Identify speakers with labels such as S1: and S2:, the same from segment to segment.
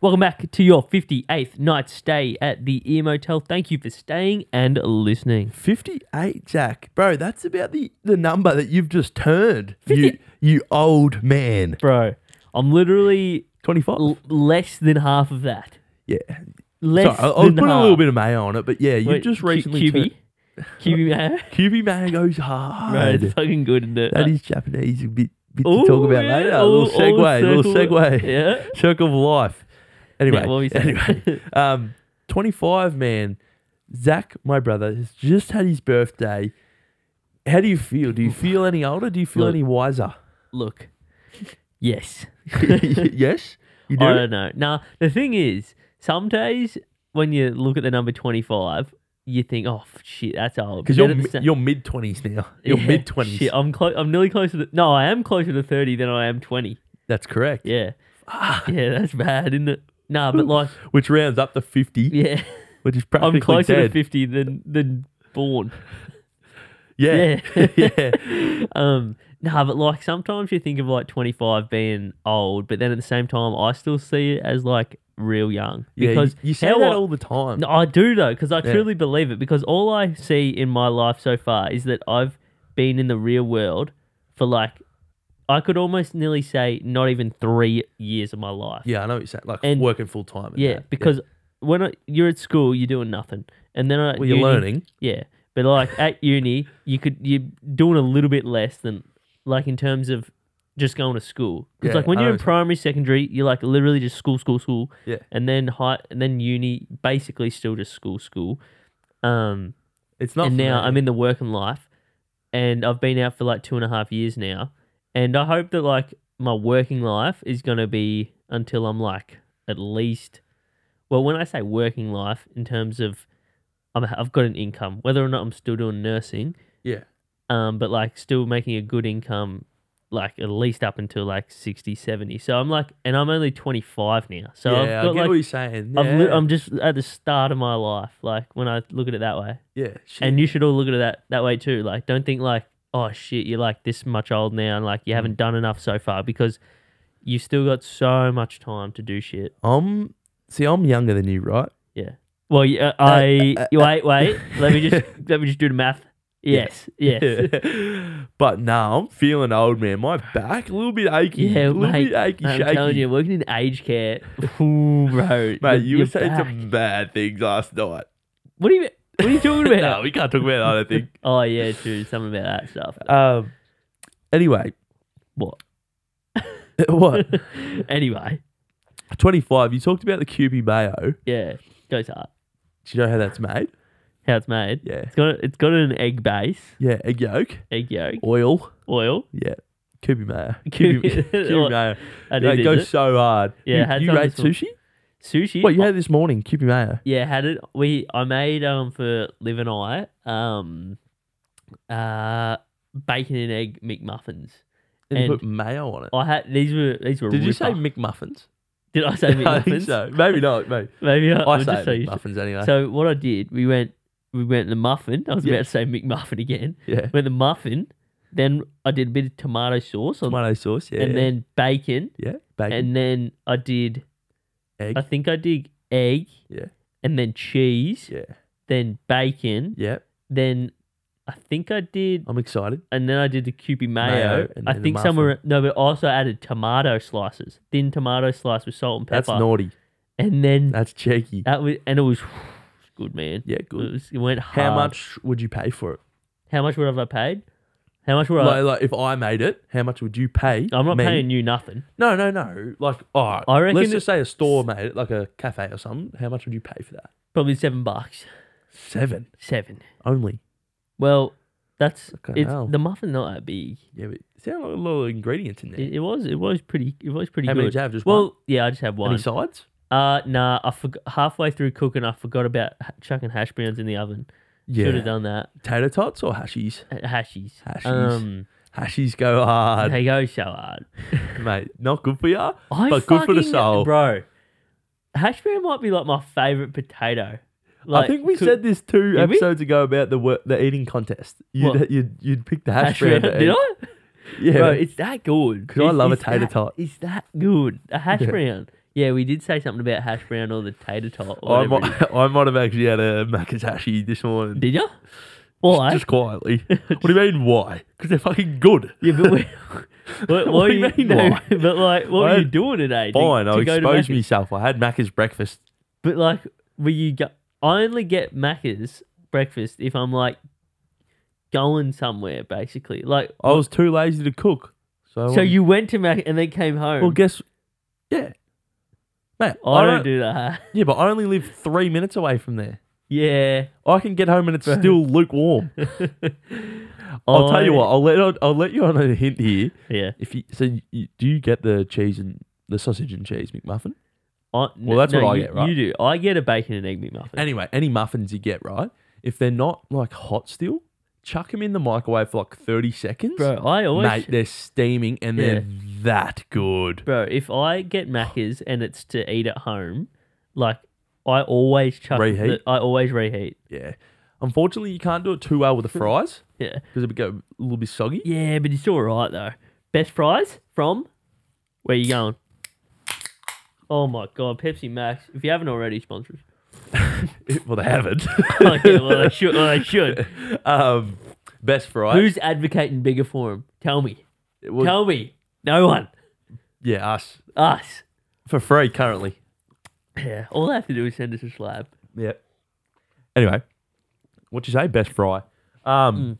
S1: Welcome back to your 58th night stay at the Ear Motel. Thank you for staying and listening.
S2: 58, Jack. Bro, that's about the, the number that you've just turned. You, you old man.
S1: Bro, I'm literally
S2: 25.
S1: l- less than half of that.
S2: yeah. Sorry,
S1: Less
S2: I, I was
S1: than
S2: putting
S1: half.
S2: a little bit of mayo on it, but yeah, you've
S1: Wait,
S2: just
S1: Q-
S2: recently
S1: QB? QB man?
S2: turned. QB mayo goes
S1: Bro,
S2: hard.
S1: it's fucking good, isn't it?
S2: That is Japanese, a bit, bit
S1: Ooh,
S2: to talk about
S1: yeah,
S2: later. A
S1: all-
S2: little
S1: all
S2: segue, a little
S1: circle-
S2: segue.
S1: Yeah.
S2: Circle of life. Anyway,
S1: Yeah, what were you saying?
S2: anyway, um, 25, man. Zach, my brother, has just had his birthday. How do you feel? Do you feel any older? Do you feel
S1: Look.
S2: any wiser?
S1: Look, yes.
S2: yes, you do.
S1: I don't know. Now, the thing is, some days when you look at the number 25, you think, oh, f- shit, that's old.
S2: Because
S1: But
S2: you're
S1: then
S2: mi-
S1: it's-
S2: you're mid twenties now. You're
S1: Yeah,
S2: mid twenties.
S1: Shit, I'm, clo- I'm nearly closer to, no, I am closer to 30 than I am 20.
S2: That's correct.
S1: Yeah. Yeah, that's bad, isn't it? Nah, but like,
S2: Which rounds up to fifty,
S1: yeah,
S2: which is
S1: I'm
S2: practically
S1: closer
S2: dead.
S1: to 50 than, than born.
S2: Yeah,
S1: Yeah.
S2: yeah.
S1: um nah but like sometimes you think of like 25 being old but then at the same time i still see it as like real young
S2: Yeah, you-
S1: because
S2: you, say
S1: how
S2: that
S1: I-
S2: all the time.
S1: No, i do though because i
S2: Yeah.
S1: truly believe it because all i see in my life so far is that i've been in the real world for like i could almost nearly say not even three years of my life
S2: Yeah, I know what you're saying. Like
S1: And-
S2: working full time. and
S1: yeah
S2: that.
S1: because when I, you're at school you're doing nothing and then at
S2: well, you're
S1: uni-
S2: learning.
S1: yeah, but like at uni, you could you're doing a little bit less than like in terms of just going to school. Because
S2: Yeah,
S1: like when
S2: I
S1: you're
S2: know
S1: in
S2: what you mean.
S1: primary, secondary, you're like literally just school, school, school,
S2: Yeah,
S1: and then high, and then uni, basically still just school, school. Um,
S2: it's not.
S1: and
S2: for
S1: now
S2: me.
S1: I'm in the working life, and I've been out for like two and a half years now, and I hope that like my working life is gonna be until I'm like at least, well, when I say working life in terms of, I'm, I've got an income, whether or not I'm still doing nursing,
S2: Yeah,
S1: um, but like still making a good income, like at least up until like 60, 70. So I'm like, and I'm only 25 now, so
S2: yeah. I
S1: I've
S2: get
S1: got like.
S2: what you're saying.
S1: I've
S2: yeah.
S1: li- I'm just at the start of my life, like when I look at it that way.
S2: yeah, shit.
S1: And you should all look at it that, that way too. Like, don't think like, oh shit, you're like this much old now and like you
S2: Mm.
S1: haven't done enough so far because you've still got so much time to do shit.
S2: I'm see, I'm younger than you, right?
S1: Yeah. Well,
S2: Uh,
S1: yeah, I wait, wait. let me just let me just do the math. Yes, yes.
S2: but now I'm feeling old, man. My back a little bit achy.
S1: Yeah,
S2: a little
S1: mate.
S2: bit achy,
S1: I'm
S2: shaky.
S1: telling you, working in aged care, ooh, bro.
S2: Mate,
S1: your-
S2: you
S1: your
S2: were saying
S1: back.
S2: some bad things last night.
S1: What are you? What are you talking
S2: no,
S1: about?
S2: we can't talk about that, I don't think.
S1: Oh yeah, true. Something about that stuff.
S2: Um, anyway,
S1: What?
S2: what?
S1: anyway,
S2: 25, you talked about the QB mayo.
S1: yeah, goes hard.
S2: Do you know how that's made?
S1: How it's made?
S2: Yeah.
S1: It's got it's got an egg base,
S2: Yeah, egg yolk,
S1: egg yolk,
S2: oil.
S1: oil.
S2: Yeah, QB mayo. QB, QB mayo.
S1: I
S2: It
S1: did
S2: goes
S1: it.
S2: so hard.
S1: Yeah,
S2: You-
S1: I had
S2: you
S1: some
S2: rate
S1: this morning.
S2: sushi?
S1: sushi. Oh,
S2: Well, you had it this morning, QB mayo.
S1: yeah, had it. We I made um for Liv and I um uh bacon and egg McMuffins.
S2: And, you
S1: And- Oh,
S2: put mayo on it.
S1: I had these were these were.
S2: Did you say
S1: ripper.
S2: McMuffins?
S1: Did I say
S2: I
S1: McMuffins?
S2: think so. Maybe not. Maybe.
S1: Maybe I,
S2: I
S1: I
S2: say
S1: just say
S2: McMuffins anyway.
S1: So what I did, we went we went the muffin. I was
S2: Yeah.
S1: about to say McMuffin again.
S2: yeah.
S1: Went the muffin. Then I did a bit of tomato sauce on,
S2: Tomato sauce. Yeah.
S1: and then bacon,
S2: yeah, bacon,
S1: and then I did
S2: egg.
S1: I think I did egg.
S2: Yeah.
S1: And then cheese.
S2: yeah.
S1: Then bacon.
S2: Yeah.
S1: Then I think I did,
S2: I'm excited.
S1: and then I did the Kewpie mayo.
S2: Mayo and
S1: I
S2: then the
S1: think somewhere no, but also added tomato slices, thin tomato slice with salt and pepper.
S2: That's naughty.
S1: and then
S2: That's cheeky.
S1: that was and it was good, man.
S2: Yeah.
S1: It,
S2: Good.
S1: was, it went hard.
S2: How much would you pay for it?
S1: How much would have I paid? How much would I?
S2: Like, like, if I made it, how much would you pay?
S1: I'm not
S2: me?
S1: paying you nothing.
S2: No, no, no. Like, all right.
S1: I reckon
S2: let's just say a store made it, like a cafe or something. How much would you pay for that?
S1: Probably seven bucks.
S2: Seven
S1: Seven.
S2: only.
S1: Well, that's
S2: Fucking
S1: it's
S2: hell.
S1: the muffin not that big.
S2: Yeah, but sound like a lot of ingredients in there.
S1: It, it was it was pretty it was pretty
S2: how
S1: good.
S2: many did you have? Just
S1: well,
S2: one.
S1: yeah, I just had one.
S2: Any sides?
S1: Uh, nah, I forgot halfway through cooking, I forgot about h- chucking hash browns in the oven. Should have done that.
S2: Tater tots or hashies?
S1: H- Hashies.
S2: Hashies.
S1: Um,
S2: Hashies go hard.
S1: they go so hard.
S2: mate. Not good for ya,
S1: I
S2: but good for the
S1: fucking-
S2: soul.
S1: bro. Hash brown might be like my favorite potato. Like,
S2: I think we
S1: cook-
S2: said this two
S1: Did we?
S2: episodes ago about the wor- the eating contest.
S1: What?
S2: You'd, you'd you'd pick the
S1: hash
S2: hash,
S1: brown.
S2: brown. to
S1: Did
S2: eat.
S1: I?
S2: Yeah,
S1: Bro, it's that good.
S2: 'Cause I
S1: It's-
S2: love a
S1: it's
S2: tater
S1: that-
S2: tot.
S1: It's that good. A hash
S2: Yeah.
S1: brown. Yeah, we did say something about hash brown or the tater tot. Or
S2: I
S1: whatever it
S2: might, I might have actually had a macatashi this morning.
S1: is. Did you? Why?
S2: Just quietly. what do you mean, why? Because they're fucking good.
S1: yeah, but we, what, what
S2: What do
S1: you
S2: you mean,
S1: no,
S2: why?
S1: But like, what
S2: I
S1: were you
S2: had-
S1: doing today? to-
S2: Fine,
S1: to go
S2: I
S1: to
S2: exposed
S1: Macca's?
S2: myself. I had Macca's breakfast.
S1: But like, were you? Go- I only get Macca's breakfast if I'm like going somewhere, basically. Like,
S2: I was too lazy to cook. So,
S1: so
S2: um,
S1: you went to Mac and then came home.
S2: Well, guess. Yeah. Mate,
S1: I, don't, do that.
S2: Yeah, but I only live three minutes away from there.
S1: yeah.
S2: I can get home and it's
S1: Bro.
S2: still lukewarm. I'll tell you what. I'll let I'll, let you on a hint here.
S1: Yeah.
S2: If you so, you, do you get the cheese and the sausage and cheese McMuffin?
S1: I,
S2: Well, that's what I
S1: you,
S2: get, right?
S1: You do. I get a bacon and egg McMuffin.
S2: Anyway, any muffins you get, right? If they're not like hot still, chuck them in the microwave for like thirty seconds,
S1: bro, I always.
S2: Mate, they're steaming and they're that good.
S1: Bro, if I get Macca's and it's to eat at home, like, I always chuck.
S2: Reheat?
S1: The, I always reheat.
S2: Yeah. Unfortunately, you can't do it too well with the fries
S1: Yeah.
S2: because it would go a little bit soggy.
S1: Yeah, but it's all right though. Best prize from where you going? Oh my god, Pepsi Max! If you haven't already, sponsors.
S2: well, they haven't.
S1: Okay, well I should. Well, I should.
S2: um, best fries.
S1: Who's advocating bigger for him? Tell me.
S2: Well,
S1: Tell me. No one.
S2: yeah, us
S1: Us.
S2: for free currently.
S1: Yeah. All they have to do is send us a slab.
S2: Yeah. Anyway, what you say? Best fry. Um,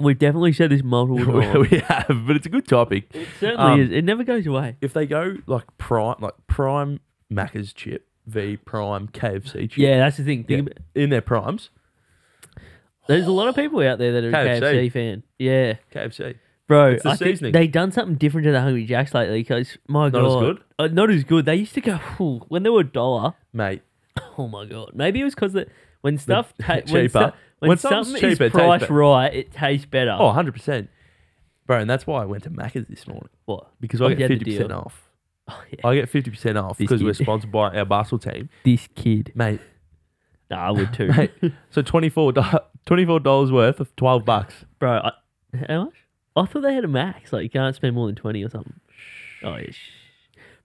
S1: We've definitely said this multiple times.
S2: we have, but it's a good topic.
S1: it certainly
S2: Um,
S1: is. It never goes away.
S2: If they go like prime, like prime Macca's chip v prime KFC chip.
S1: Yeah, that's the thing. Think
S2: Yeah,
S1: about,
S2: in their primes.
S1: there's a lot of people out there that are
S2: KFC.
S1: a KFC fan. Yeah,
S2: KFC.
S1: bro.
S2: It's the
S1: I think
S2: seasoning.
S1: they done something different to the Hungry Jacks lately. Because my
S2: Not as
S1: god,
S2: good?
S1: Uh, not as good. They used to go "Ooh," when they were a dollar.
S2: Mate,
S1: Oh my god. Maybe it was because when stuff ta- When,
S2: cheaper.
S1: stu- when,
S2: When something's
S1: something
S2: cheaper,
S1: is
S2: it tastes
S1: priced
S2: better.
S1: right, it tastes better.
S2: oh, 100%. Bro, and that's why I went to Macca's this morning
S1: what?
S2: because
S1: Oh,
S2: I
S1: you
S2: get
S1: had the deal.
S2: 50% off.
S1: Oh, yeah.
S2: I get 50% off because we're
S1: kid.
S2: sponsored by our Basel team.
S1: This kid.
S2: Mate,
S1: Nah, I would too,
S2: mate so $24, $24 worth of 12 bucks.
S1: bro. I, how much? I thought they had a max. Like you can't spend more than twenty or something. Oh yeah. shh.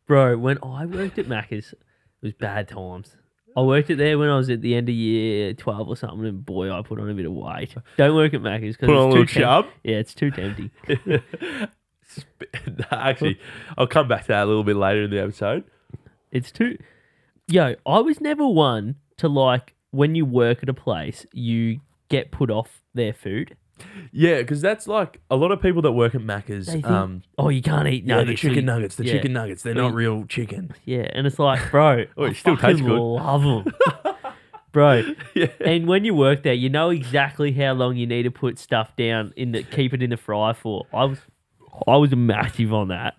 S1: Bro, when I worked at Macca's, it was bad times. I worked it there when I was at the end of year twelve or something, and boy, I put on a bit of weight. Don't work at Macca's because
S2: Put on a
S1: it's too
S2: little
S1: temp-
S2: chub.
S1: yeah, it's too tempting.
S2: Nah, Actually, I'll come back to that a little bit later in the episode.
S1: It's too. Yo, I was never one to like when you work at a place, you get put off their food.
S2: Yeah, because that's like a lot of people that work at Macca's.
S1: They think,
S2: um,
S1: oh, you can't eat
S2: yeah,
S1: nuggets.
S2: the
S1: so
S2: chicken
S1: you-
S2: nuggets, the
S1: yeah.
S2: chicken nuggets, they're
S1: Well,
S2: not real chicken.
S1: Yeah, and it's like, bro,
S2: Oh, it
S1: I
S2: still tastes
S1: fucking
S2: good.
S1: Love 'em. bro.
S2: Yeah.
S1: And when you work there, you know exactly how long you need to put stuff down in the keep it in the fry for. I was, I was massive on that,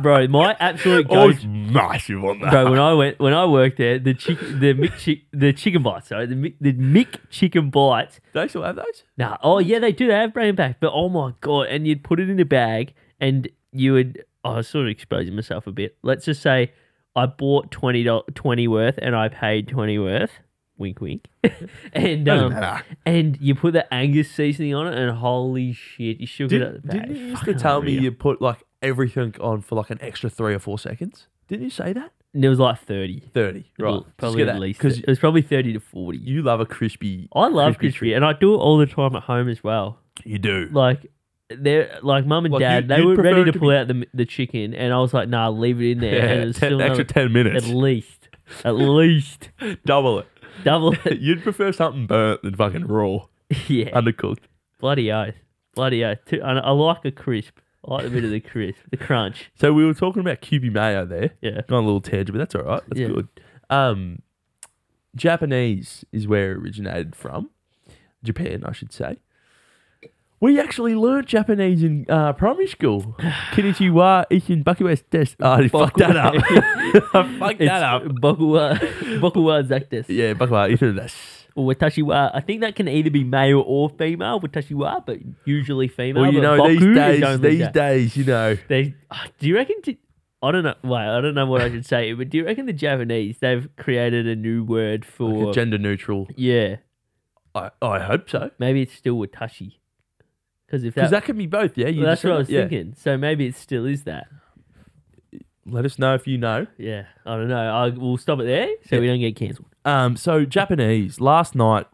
S1: bro. My absolute
S2: I
S1: go
S2: was massive on that.
S1: bro. When I went, when I worked there, the chick, the Mick, chick, the chicken bites, sorry, the Mick, the Mick chicken bites.
S2: They still have those?
S1: Nah, oh yeah, they do. They have brand back, but oh my god! And you'd put it in a bag, and you would. oh, I was sort of exposing myself a bit. Let's just say I bought twenty doll- twenty worth, and I paid twenty worth. Wink, wink. and
S2: Doesn't
S1: um,
S2: matter.
S1: and you put the Angus seasoning on it, and holy shit, you shook it out
S2: Did,
S1: the bag.
S2: didn't you used to
S1: Fucking
S2: tell me
S1: unreal.
S2: you put like everything on for like an extra three or four seconds? Didn't you say that?
S1: And it was like thirty,
S2: 30. Right.
S1: Well, probably at least.
S2: Because
S1: It was probably thirty to forty.
S2: you love a crispy.
S1: I love
S2: crispy
S1: crispy, and I do it all the time at home as well.
S2: treat. You do.
S1: like they're like mum and
S2: Like, you-
S1: dad they
S2: you'd
S1: were
S2: prefer
S1: ready
S2: it
S1: to
S2: to
S1: pull out the the chicken and i was like nah leave it in there
S2: yeah,
S1: and it's
S2: ten-
S1: still another,
S2: extra 10
S1: at
S2: minutes.
S1: least at least
S2: Double it.
S1: double it
S2: You'd prefer something burnt than fucking raw,
S1: yeah
S2: undercooked.
S1: bloody oath bloody oath Too- and i like a crisp i like a bit of the crisp the crunch
S2: So we were talking about QB mayo there.
S1: yeah
S2: Gone a little tangent, but that's all right. That's
S1: Yeah.
S2: good. Um, Japanese is where it originated from. Japan, I should say. We actually learnt Japanese in uh, primary school. Konnichiwa, Ishin Bakuwes desu. Oh, I fucked that up. I fucked
S1: it's uh,
S2: that up.
S1: bokuwa bokuwa zaktes
S2: Yeah, Bakuwa, Ishin desu.
S1: or watashiwa i think that can either be male or female watashiwa but usually female
S2: Well, you
S1: but
S2: know, these
S1: boku is
S2: days,
S1: only
S2: these
S1: that.
S2: days, you know.
S1: They ah, do you reckon? t- I don't know. Wait, I don't know what I should say. But do you reckon the Japanese they've created a new word for?
S2: Gender neutral.
S1: yeah,
S2: I, I hope so.
S1: maybe it's still watashi. Because if that,
S2: Because that can be both, yeah. You
S1: well, that's
S2: just said
S1: what I
S2: that,
S1: was
S2: yeah.
S1: thinking. So maybe it still is that.
S2: Let us know if you know.
S1: Yeah, I don't know. I, we'll stop it there so we don't get cancelled.
S2: Um, so Japanese last night,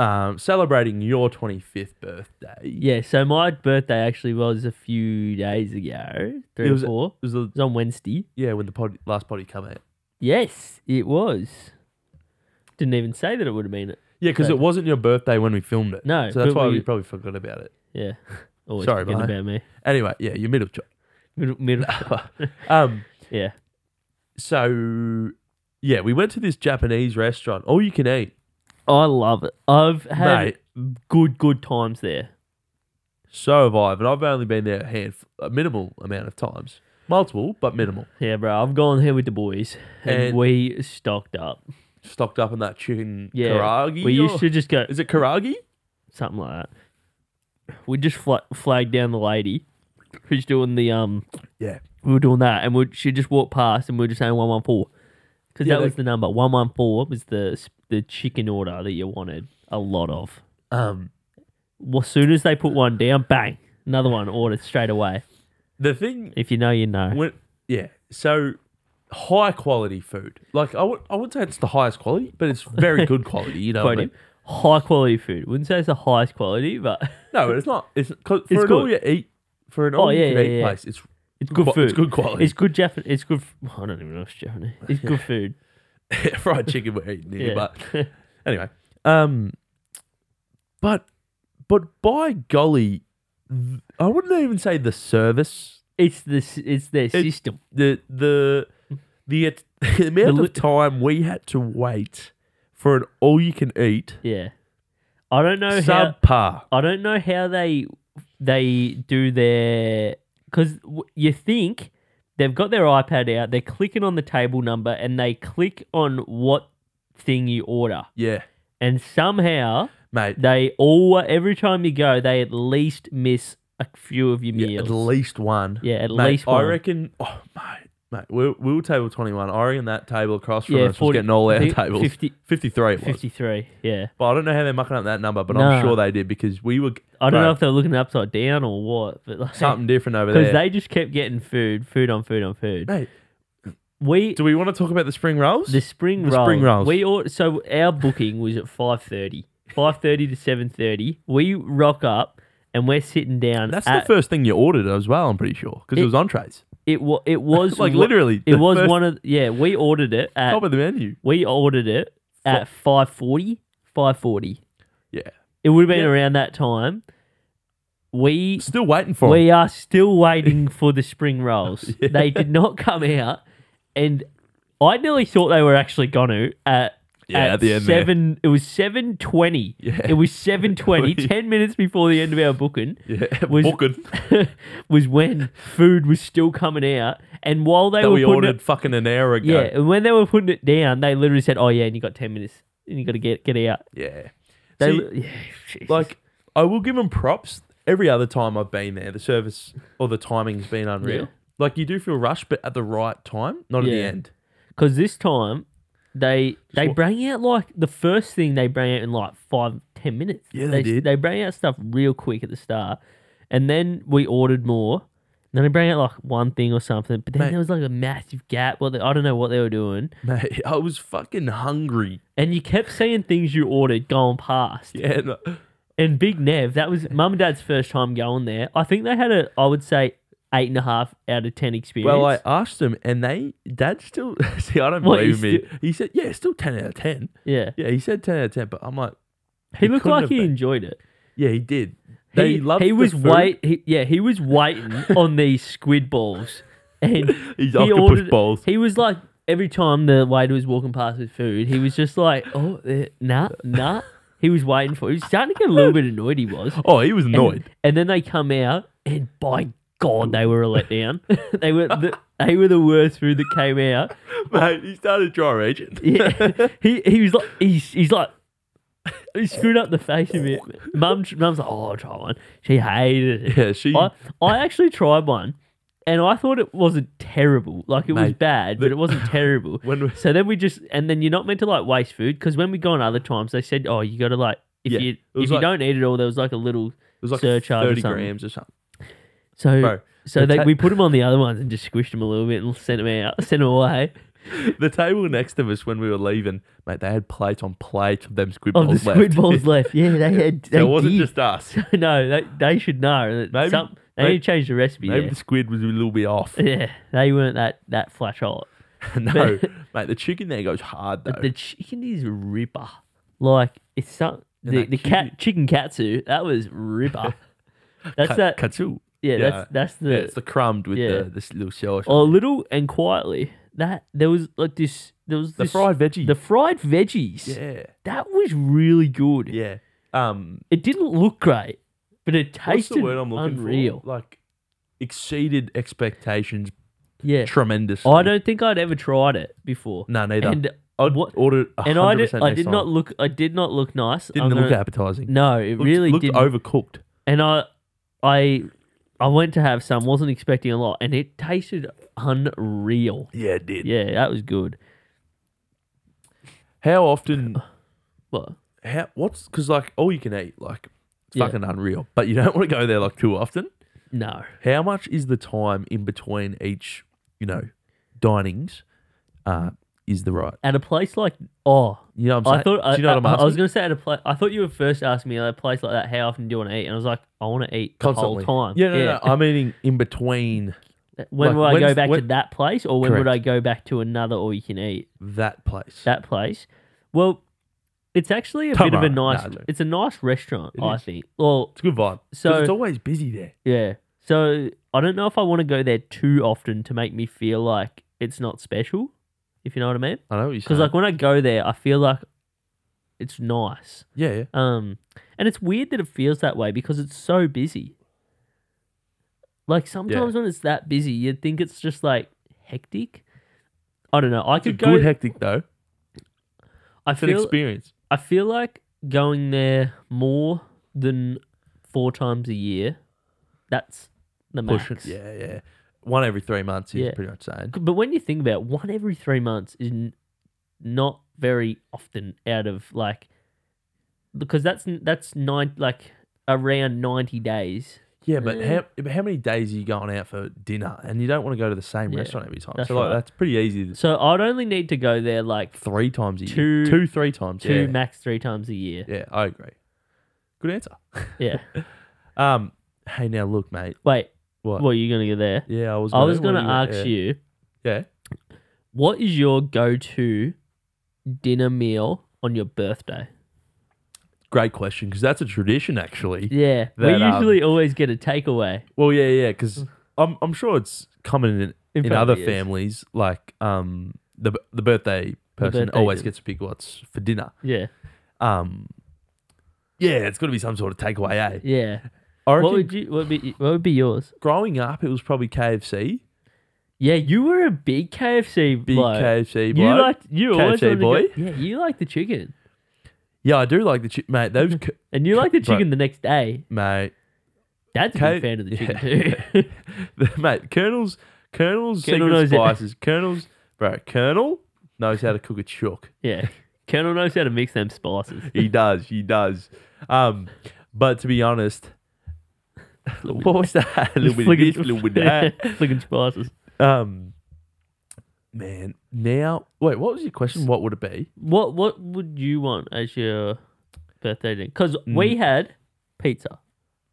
S2: um, celebrating your 25th birthday. It
S1: Yeah, so my birthday actually was a few days ago, three
S2: It was-
S1: or four.
S2: was the
S1: It was on Wednesday.
S2: yeah when the pod, last pod come out.
S1: Yes, it was. Didn't even say that it would have been it.
S2: Yeah, because
S1: So-
S2: it wasn't your birthday when we filmed it.
S1: No,
S2: so that's
S1: but
S2: why
S1: we-
S2: we probably forgot about it.
S1: Yeah. Always
S2: Sorry,
S1: forgetting
S2: mate.
S1: about me.
S2: Anyway, yeah, your middle choice.
S1: Middle, middle.
S2: Um,
S1: yeah.
S2: so yeah, we went to this Japanese restaurant, all you can eat,
S1: I love it. I've had
S2: mate.
S1: good, good times there.
S2: So have I, but I've only been there a handful, a minimal amount of times, multiple but minimal.
S1: Yeah, bro. I've gone here with the boys and,
S2: And-
S1: we stocked up.
S2: Stocked up on that chicken
S1: Yeah.
S2: karagi.
S1: We
S2: or-
S1: used to just go
S2: Is it karagi?
S1: something like that. We just fl- flagged down the lady who's doing the um.
S2: Yeah.
S1: We were doing that, and we she just walked past, and we were just saying one one four, because
S2: Yeah,
S1: that
S2: they-
S1: was the number one one four was the s- the chicken order that you wanted a lot of.
S2: Um,
S1: Well, as soon as they put one down, bang, another one ordered straight away.
S2: the thing
S1: If you know, you know.
S2: When, yeah. So high quality food. Like I would, I would say it's the highest quality, but it's very good quality. You know, what I
S1: Quote
S2: mean?
S1: him. High quality food. Wouldn't say it's the highest quality, but
S2: no, but it's not. It's 'cause for
S1: It's
S2: an
S1: good. Oh,
S2: all you eat for an all
S1: yeah,
S2: you
S1: yeah,
S2: can eat
S1: yeah.
S2: place. It's
S1: it's good
S2: qua-
S1: food.
S2: It's good quality.
S1: It's good Jap- It's good. f- I don't even know if it's Japanese. It's good food.
S2: fried chicken we're eating here,
S1: Yeah.
S2: but anyway. Um, but but by golly, th- I wouldn't even say the service.
S1: It's this. It's their system.
S2: the the the, at- the amount
S1: li-
S2: of time we had to wait for an all you can eat
S1: Yeah. I don't know how.
S2: subpar.
S1: I don't know how they they do their because you think they've got their iPad out. They're clicking on the table number and they click on what thing you order,
S2: Yeah,
S1: and somehow
S2: mate.
S1: they all every time you go, they at least miss a few of your
S2: Yeah,
S1: meals.
S2: at least one.
S1: Yeah, at
S2: Mate,
S1: least one.
S2: I reckon. Oh, mate, mate, we, we were table twenty one. I reckon that table across from
S1: Yeah,
S2: us
S1: 40
S2: was getting all
S1: I
S2: our
S1: think
S2: tables.
S1: 50
S2: Fifty three it was.
S1: 53, yeah.
S2: But I don't know how they're mucking up that number, but
S1: Nah.
S2: I'm sure they did because we were
S1: I don't
S2: Bro.
S1: know if they were looking upside down or what, but like,
S2: something different over
S1: because
S2: there.
S1: they just kept getting food, food on food on food.
S2: Mate,
S1: We
S2: do we want to talk about the spring rolls?
S1: the spring
S2: The
S1: rolls.
S2: spring rolls.
S1: We all, so our booking was at five thirty. Five thirty to seven thirty. We rock up and we're sitting down.
S2: That's
S1: at,
S2: the first thing you ordered as well. I'm pretty sure because it,
S1: It-
S2: was entrees.
S1: it. wa- It was
S2: Like
S1: wa-
S2: literally,
S1: It
S2: the
S1: was
S2: first
S1: one of yeah. We ordered it at.
S2: top of the menu.
S1: We ordered it at 540, 540.
S2: Yeah,
S1: It would have been
S2: Yeah.
S1: around that time. We
S2: still waiting for 'em.
S1: We are still waiting for the spring rolls.
S2: Yeah.
S1: They did not come out, and I nearly thought they were actually going to at.
S2: Yeah, at the end there.
S1: seven. It was seven twenty.
S2: Yeah.
S1: It was seven twenty.
S2: We-
S1: Ten minutes before the end of our booking
S2: Yeah,
S1: was-
S2: booking
S1: was when food was still coming out, and while they
S2: that
S1: were
S2: we
S1: putting
S2: ordered
S1: it,
S2: fucking an hour ago.
S1: yeah, and when they were putting it down, they literally said, "Oh yeah, and you got ten minutes, and you got to get get out."
S2: yeah.
S1: They
S2: See,
S1: li- yeah, Jesus.
S2: like I will give them props. Every other time I've been there, the service or the timing's been unreal.
S1: Yeah.
S2: Like you do feel rushed, but at the right time, not at
S1: Yeah.
S2: the end.
S1: Because this time they they
S2: what-
S1: bring out like the first thing they bring out in like five ten minutes.
S2: Yeah, they did.
S1: They bring out stuff real quick at the start, and then we ordered more. And then they bring out like one thing or something, but then
S2: Mate.
S1: there was like a massive gap. Well, they, I don't know what they were doing,
S2: Mate, I was fucking hungry.
S1: and you kept seeing things you ordered going past.
S2: Yeah, no-
S1: And Big Nev, that was mum and dad's first time going there. I think they had a, I would say, eight and a half out of ten experience.
S2: Well, I asked them, and they dad still see. I don't
S1: What,
S2: believe
S1: you
S2: me. he said, "Yeah, it's still ten out of 10.
S1: yeah,
S2: Yeah, he said ten out of ten. But I'm like,
S1: he
S2: it
S1: looked
S2: couldn't
S1: like
S2: have
S1: he
S2: been.
S1: enjoyed it.
S2: yeah, he did. They loved.
S1: he
S2: the
S1: was
S2: food.
S1: wait he, yeah he was waiting on these squid balls and
S2: These
S1: he
S2: octopus
S1: ordered-
S2: balls.
S1: he was like every time the waiter was walking past with food he was just like oh eh, nah nah he was waiting for he was starting to get a little bit annoyed he was
S2: Oh, he was
S1: and,
S2: annoyed.
S1: and then they come out and by god they were a letdown they were the, they were the worst food that came out
S2: Mate, he started dry raging.
S1: yeah, he he was like he's he's like he screwed up the face of it. Mum mum's like, oh, I'll try one. She hated it.
S2: yeah, she.
S1: I I actually tried one, and I thought it wasn't terrible. Like it was
S2: Mate,
S1: bad, but
S2: the-
S1: it wasn't terrible.
S2: when we-
S1: so then we just and then you're not meant to like waste food because when we go on other times they said, oh, you got to like if
S2: Yeah,
S1: you
S2: it
S1: if
S2: was
S1: you
S2: like-
S1: don't eat it all, there was like a little
S2: It was like
S1: surcharge or
S2: thirty
S1: something.
S2: grams or something.
S1: so
S2: Bro,
S1: So
S2: The
S1: they,
S2: ta-
S1: we put them on the other ones and just squished them a little bit and sent them out, sent them away.
S2: the table next to us when we were leaving, mate, they had plate on plate of them squid
S1: Of the
S2: balls
S1: squid
S2: left.
S1: balls left. Yeah, they had. They
S2: so it wasn't
S1: did.
S2: just us.
S1: no, they, they should know. That
S2: Maybe-
S1: some, they
S2: maybe-
S1: need to change the recipe.
S2: Maybe
S1: there.
S2: the squid was a little bit off.
S1: Yeah, they weren't that that flash hot.
S2: no, mate, the chicken there goes hard though.
S1: But the chicken is ripper. Like it's some
S2: And
S1: the,
S2: that
S1: the cat chicken katsu that was ripper. That's
S2: Ka-
S1: that.
S2: katsu.
S1: yeah,
S2: yeah.
S1: that's that's the
S2: Yeah, it's the crumbed with
S1: yeah. Oh,
S2: the this little sauce.
S1: or little and quietly that there was like this there was
S2: the
S1: this-
S2: fried veggie.
S1: the fried veggies
S2: yeah,
S1: that was really good.
S2: yeah. Um,
S1: It didn't look great, but it
S2: what's
S1: tasted
S2: the word I'm looking
S1: unreal.
S2: for? Like exceeded expectations
S1: Yeah,
S2: tremendously.
S1: I don't think I'd ever tried it before.
S2: No, neither.
S1: And
S2: I'd
S1: what-
S2: order it 100%
S1: and I did I
S2: next
S1: did
S2: time.
S1: not look I did not look nice. I'm
S2: Didn't look
S1: gonna-
S2: appetizing.
S1: No, it
S2: Looked-
S1: really
S2: looked
S1: didn't.
S2: overcooked.
S1: and I, I, I went to have some. wasn't expecting a lot, and it tasted unreal.
S2: Yeah, it did.
S1: Yeah, that was good.
S2: How often?
S1: What?
S2: How? What's? Because like all you can eat, like it's
S1: Yeah.
S2: fucking unreal. But you don't want to go there like too often.
S1: No,
S2: How much is the time in between each? You know, dinings. Uh, is the right?
S1: at a place like oh,
S2: You know what I'm saying?
S1: I thought I,
S2: Do you know what I'm
S1: I, I
S2: asking?
S1: was gonna say at a place. I thought you were first asking me at a place like that. How often do you want to eat? And I was like, I want to eat the
S2: Constantly.
S1: whole time.
S2: Yeah, no, no. I'm eating in between
S1: When
S2: Like,
S1: would I go
S2: when's-
S1: back to
S2: when-
S1: that place, or when would
S2: Correct.
S1: I go back to another all you can eat?
S2: that place.
S1: That place. Well, it's actually a bit of a
S2: Tomorrow.
S1: nice.
S2: No, I don't.
S1: it's a nice restaurant,
S2: It
S1: I
S2: is.
S1: think. Well,
S2: it's a good vibe. 'Cause
S1: So-
S2: it's always busy there.
S1: Yeah. So I don't know if I want to go there too often to make me feel like it's not special, if you know what I mean.
S2: I know what you're
S1: Because
S2: saying.
S1: like when I go there, I feel like it's nice.
S2: yeah, yeah.
S1: Um, and it's weird that it feels that way because it's so busy. Like sometimes when it's that busy, you'd think it's just like hectic. I don't know. I
S2: It's a
S1: could
S2: good
S1: go.
S2: hectic though.
S1: I
S2: It's an
S1: feel.
S2: experience.
S1: I feel like going there more than four times a year. That's the max.
S2: Push it. Yeah, yeah. One every three months is
S1: Yeah.
S2: pretty much saying.
S1: But when you think about it, one every three months is n- not very often out of like because that's n- that's nine like around ninety days.
S2: Yeah, but
S1: Yeah.
S2: how but how many days are you going out for dinner? And you don't want to go to the same
S1: Yeah,
S2: restaurant every time.
S1: that's
S2: So like
S1: right.
S2: that's pretty easy. It's
S1: So I'd only need to go there like
S2: Three times a
S1: Two-
S2: year. Two, three times.
S1: two
S2: yeah.
S1: max three times a year.
S2: yeah, I agree. Good answer.
S1: Yeah.
S2: Um, hey now look, mate.
S1: Wait,
S2: What?
S1: what are you gonna get there?
S2: Yeah, I was.
S1: I was
S2: what
S1: gonna
S2: do want-
S1: ask
S2: yeah.
S1: you,
S2: Yeah.
S1: what is your go to dinner meal on your birthday?
S2: Great question, because that's a tradition actually.
S1: Yeah.
S2: That,
S1: we
S2: um,
S1: usually always get a takeaway.
S2: Well, yeah, yeah,
S1: Mm.
S2: because I'm I'm sure it's common in
S1: It
S2: in
S1: probably
S2: other
S1: is.
S2: families. Like um, the b- the birthday person
S1: birthday
S2: always
S1: dinner.
S2: gets to pick what's for dinner.
S1: Yeah.
S2: Um, yeah, it's got to be some sort of takeaway, eh?
S1: Yeah.
S2: I reckon
S1: What would you what would be what would be yours?
S2: growing up, it was probably KFC,
S1: Yeah, you were a big KFC
S2: big
S1: bloke.
S2: KFC.
S1: You
S2: bloke.
S1: liked you always
S2: KFC
S1: wanted to go-
S2: boy.
S1: yeah, you like the chicken,
S2: yeah, I do like the chi- mate. Those c-
S1: and you like the
S2: Bro.
S1: chicken the next day.
S2: mate,
S1: Dad's a
S2: K-
S1: big fan of the chicken
S2: yeah.
S1: too.
S2: mate, Colonel's Colonel's
S1: Colonel
S2: secret
S1: knows it.
S2: spices. Colonel's bro, Colonel knows how to cook a chook.
S1: yeah, Colonel knows how to mix them spices.
S2: He does. He does. Um, but to be honest, what was that? a little bit of this, a little bit of
S1: flicking spices.
S2: that. Um, man, now wait. What was your question? What would it be?
S1: What what would you want as your birthday dinner? Because we had pizza.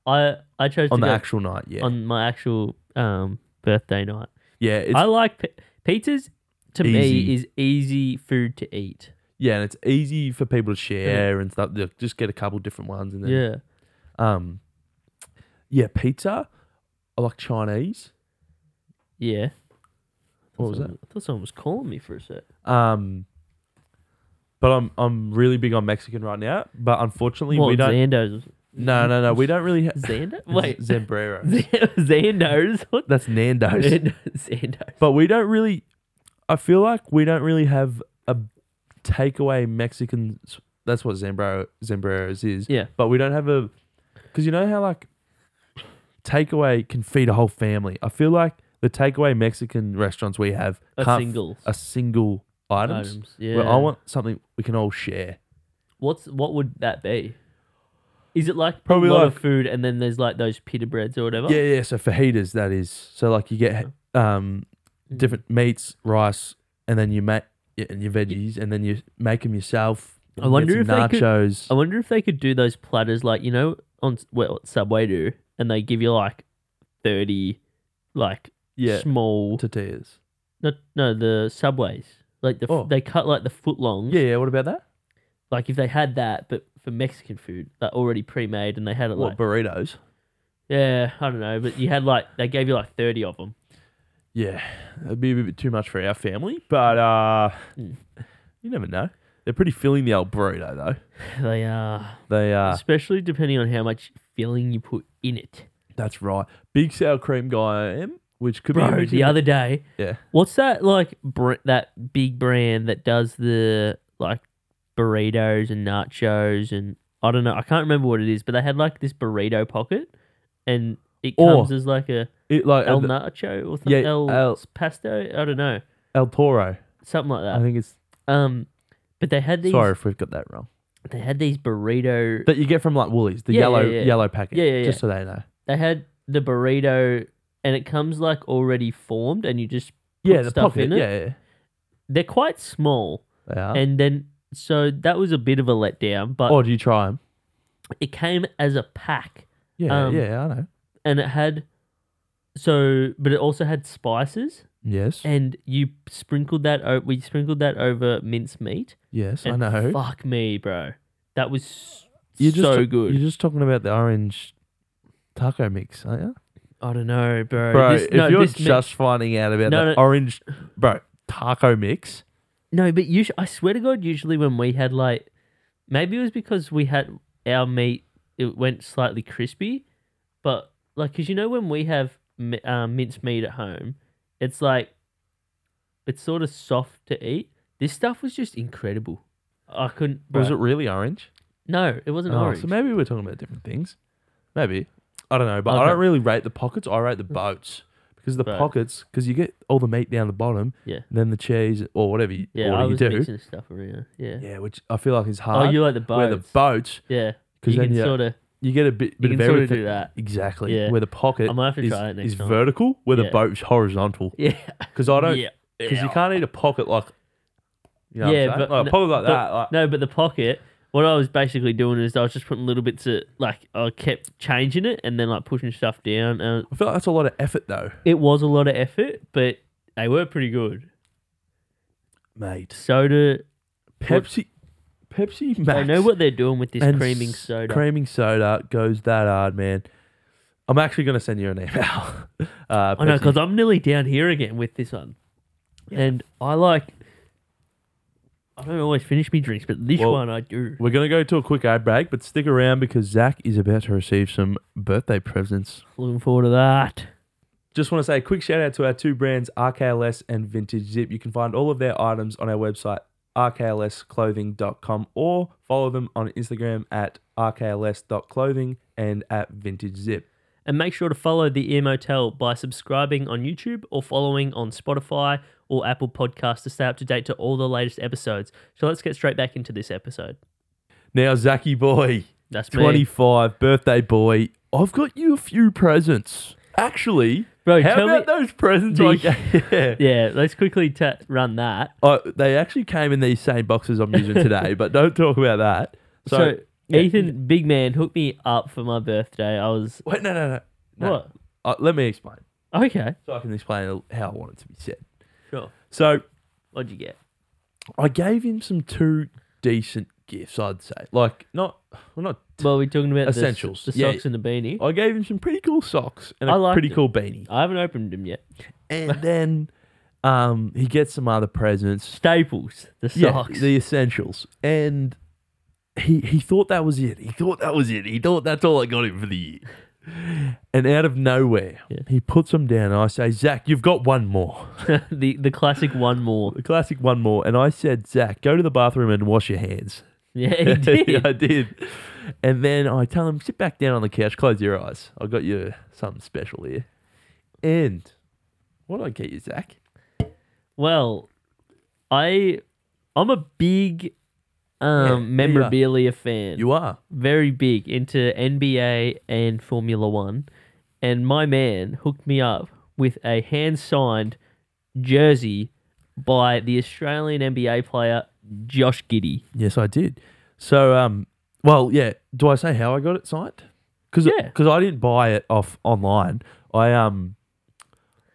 S1: I I chose
S2: Hmm. On
S1: to
S2: the
S1: go
S2: actual night, yeah,
S1: on my actual um birthday night.
S2: yeah, it's,
S1: I like pi- pizzas. To
S2: Easy.
S1: me, is easy food to eat.
S2: yeah, and it's easy for people to share and stuff. They'll Just get a couple different ones, and then
S1: Yeah.
S2: um, yeah, pizza. I like Chinese.
S1: Yeah.
S2: What was
S1: Someone- I thought someone was calling me for a sec.
S2: Um, but I'm I'm really big on Mexican right now. But unfortunately,
S1: What,
S2: we don't.
S1: Zandos?
S2: No, no, no, we don't really. Ha-
S1: Xander? Wait.
S2: Zambrero.
S1: Z- Zandos? What
S2: That's
S1: the
S2: Nando's.
S1: Zandos?
S2: But we don't really. I feel like we don't really have a takeaway Mexican. That's what Zambro Zambreros is.
S1: Yeah.
S2: But we don't have a because you know how like takeaway can feed a whole family. I feel like the takeaway Mexican restaurants we have
S1: A
S2: can't f-
S1: single.
S2: a single items.
S1: Items, Yeah.
S2: Where I want something we can all share.
S1: What's what would that be? Is it like
S2: Probably
S1: a lot
S2: like-
S1: of food and then there's like those pita breads or whatever?
S2: Yeah, yeah. So fajitas, that is. So like you get um,
S1: Mm.
S2: different meats, rice, and then you make and your veggies, and then you make them yourself.
S1: I
S2: You get
S1: wonder
S2: some
S1: if they could-
S2: nachos.
S1: I wonder if they could do those platters like you know on S- what Subway do, and they give you like thirty like
S2: yeah,
S1: small
S2: tortillas.
S1: no no the Subways like the f-
S2: Oh.
S1: they cut like the foot longs.
S2: Yeah, yeah. What about that?
S1: Like if they had that, but for Mexican food, like already pre-made, and they had it
S2: What
S1: like
S2: burritos?
S1: yeah I don't know, but you had like they gave you like thirty of them.
S2: Yeah, that'd be a bit too much for our family, but uh,
S1: Mm.
S2: you never know. They're pretty filling the old burrito though.
S1: They are
S2: They uh, are.
S1: especially depending on how much filling you put in it.
S2: That's right. Big sour cream guy I am, which could be
S1: Bro,
S2: original-
S1: the other day,
S2: Yeah.
S1: What's that like? Br- that big brand that does the like burritos and nachos and I don't know. I can't remember what it is, but they had like this burrito pocket, and it
S2: Oh.
S1: comes as like a
S2: It, like
S1: El
S2: El,
S1: Nacho or something.
S2: Yeah,
S1: El,
S2: El-
S1: Pasto. I don't know,
S2: El Toro.
S1: something like
S2: I
S1: that.
S2: think it's.
S1: Um, but they had these.
S2: Sorry if we've got that wrong.
S1: They had these burrito.
S2: That you get from like Woolies, the
S1: Yeah, yeah,
S2: yellow
S1: yeah.
S2: yellow packet.
S1: Yeah, yeah,
S2: Just so they know.
S1: they had the burrito, and it comes like already formed, and you just
S2: Yeah,
S1: Put
S2: the
S1: stuff
S2: pocket.
S1: in it?
S2: Yeah, yeah.
S1: they're quite small,
S2: They are.
S1: and uh, then. So that was a bit of a letdown, but
S2: or do you try them?
S1: it came as a pack
S2: Yeah,
S1: um,
S2: yeah, I know.
S1: and it had so but it also had spices
S2: Yes,
S1: and you sprinkled that o- we sprinkled that over minced meat
S2: yes, I
S1: and
S2: know.
S1: fuck me bro that was s-
S2: You're just
S1: so
S2: ta-
S1: good
S2: You're just talking about the orange taco mix, aren't you?
S1: i don't know bro
S2: Bro,
S1: This-
S2: if
S1: no,
S2: you're
S1: this
S2: just
S1: mi-
S2: finding out about
S1: No,
S2: the
S1: no.
S2: orange, bro, taco mix.
S1: no but you i swear to god usually when we had like maybe it was because we had our meat it went slightly crispy but like because you know when we have mi- uh, minced meat at home it's like it's sort of soft to eat this stuff was just incredible i couldn't
S2: Was
S1: bro.
S2: it really orange?
S1: no it wasn't
S2: Oh,
S1: orange
S2: So maybe we're talking about different things. Maybe I don't know, but I
S1: Okay. Mm.
S2: don't really rate the pockets. I rate the boats because the
S1: Right.
S2: pockets, because you get all the meat down the bottom,
S1: Yeah.
S2: then the cheese or whatever you,
S1: yeah
S2: order
S1: i
S2: you
S1: was
S2: do,
S1: mixing stuff around yeah,
S2: yeah, which I feel like is
S1: oh
S2: hard.
S1: you like the
S2: where the
S1: bones
S2: boats,
S1: yeah
S2: because
S1: you
S2: then
S1: can
S2: you,
S1: sort of
S2: you get a bit,
S1: you
S2: bit
S1: can
S2: of
S1: sort of
S2: everything.
S1: do that
S2: Exactly,
S1: Yeah.
S2: where the pocket
S1: I might have to
S2: is,
S1: try that next
S2: is
S1: time.
S2: vertical, where the
S1: Yeah.
S2: boat's horizontal.
S1: yeah
S2: Because I don't,
S1: yeah
S2: because you can't eat a pocket like, you know what I'm
S1: Yeah,
S2: saying?
S1: but
S2: like, a
S1: no-
S2: pocket like
S1: but-
S2: that. Like,
S1: No, but the pocket. What I was basically doing is I was just putting little bits of like I kept changing it and then like pushing stuff down. Uh,
S2: I feel like that's a lot of effort though,
S1: it was a lot of effort, but they were pretty good.
S2: mate.
S1: Soda.
S2: Pepsi, Pepsi Max.
S1: I know what they're doing with this
S2: and
S1: creaming
S2: s-
S1: soda.
S2: Creaming soda goes that hard, man. I'm actually going to send you an email. Uh,
S1: I know
S2: Pepsi.
S1: because I'm nearly down here again with this one, and I like. I don't always finish me drinks, but this
S2: Well-
S1: one I do.
S2: We're going to go to a quick ad break, but stick around because Zach is about to receive some birthday presents.
S1: Looking forward to that.
S2: Just want to say a quick shout out to our two brands, RKLS and Vintage Zip. You can find all of their items on our website, rklsclothing.com, or follow them on Instagram at rkls.clothing and at Vintage Zip.
S1: And make sure to follow the Ear Motel by subscribing on YouTube or following on Spotify or Apple Podcasts to stay up to date to all the latest episodes. So let's get straight back into this episode.
S2: Now, Zachy boy,
S1: That's me.
S2: 25, birthday boy, I've got you a few presents. Actually,
S1: Bro,
S2: How
S1: tell me.
S2: about those presents
S1: The-
S2: I gave? Yeah.
S1: Yeah, let's quickly ta run that.
S2: Oh, they actually came in these same boxes I'm using today, but don't talk about that. So,
S1: So,
S2: yeah.
S1: Ethan, big man, hooked me up for my birthday. I was.
S2: wait, no, no, no. no.
S1: What?
S2: Uh, let me explain.
S1: Okay.
S2: So I can explain how I want it to be said.
S1: Sure.
S2: So
S1: What'd you get?
S2: I gave him some two decent gifts, I'd say. Like, not, well, not,
S1: Well, we're talking about the s-
S2: Essentials.
S1: The,
S2: Yeah.
S1: socks and the beanie.
S2: I gave him some pretty cool socks and a
S1: I liked
S2: pretty
S1: it.
S2: cool beanie.
S1: I haven't opened them yet.
S2: And then um, he gets some other presents.
S1: Staples, the socks.
S2: the essentials. And he he thought that was it. He thought that was it. He thought that's all I got him for the year. And out of nowhere,
S1: Yeah.
S2: he puts them down. And I say, Zach, you've got one more.
S1: the, the classic one more.
S2: The classic one more. And I said, Zach, go to the bathroom and wash your hands.
S1: Yeah, he did.
S2: I did. And then I tell him, sit back down on the couch, close your eyes. I got you something special here. And what did I get you, Zach?
S1: Well, I I'm a big
S2: there
S1: um,
S2: you are.
S1: memorabilia fan.
S2: You are.
S1: very big into NBA and Formula One, and my man hooked me up with a hand signed jersey by the Australian NBA player Josh Giddy.
S2: Yes, I did. So, um, well, yeah. Do I say how I got it signed? Because
S1: Yeah.
S2: I didn't buy it off online. I um,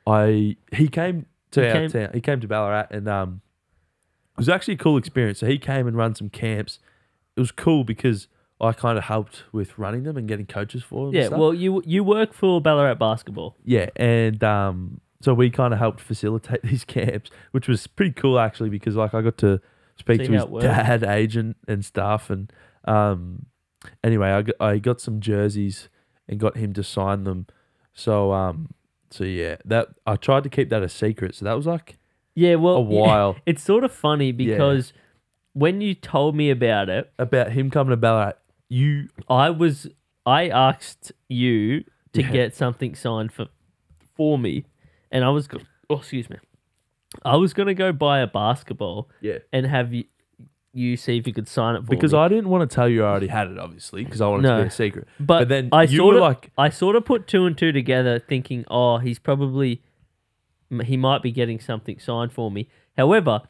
S2: I he came to
S1: He
S2: our
S1: came-
S2: town. He came to Ballarat, and um, it was actually a cool experience. So he came and run some camps. It was cool because I kind of helped with running them and getting coaches for them. and
S1: Yeah,
S2: stuff.
S1: well, you you work for Ballarat Basketball.
S2: Yeah, and um, so we kind of helped facilitate these camps, which was pretty cool actually, because like I got to speak
S1: See
S2: to
S1: how
S2: his
S1: it works.
S2: dad, agent, and stuff, and um, anyway, I got, I got some jerseys and got him to sign them. So um, so yeah, that I tried to keep that a secret. So that was like
S1: Yeah, well,
S2: a while
S1: it's sort of funny because when you told me about it,
S2: about him coming to Ballarat. You
S1: I was I asked you to
S2: Yeah.
S1: get something signed for for me, and I was go- oh excuse me, I was gonna go buy a basketball
S2: yeah.
S1: and have you you see if you could sign it for
S2: Because
S1: me.
S2: I didn't want to tell you I already had it, obviously, because I wanted
S1: No.
S2: to be a secret.
S1: but,
S2: then
S1: I
S2: you
S1: sort
S2: were
S1: of
S2: like,
S1: I sort of put two and two together, thinking, oh, he's probably m- he might be getting something signed for me. However,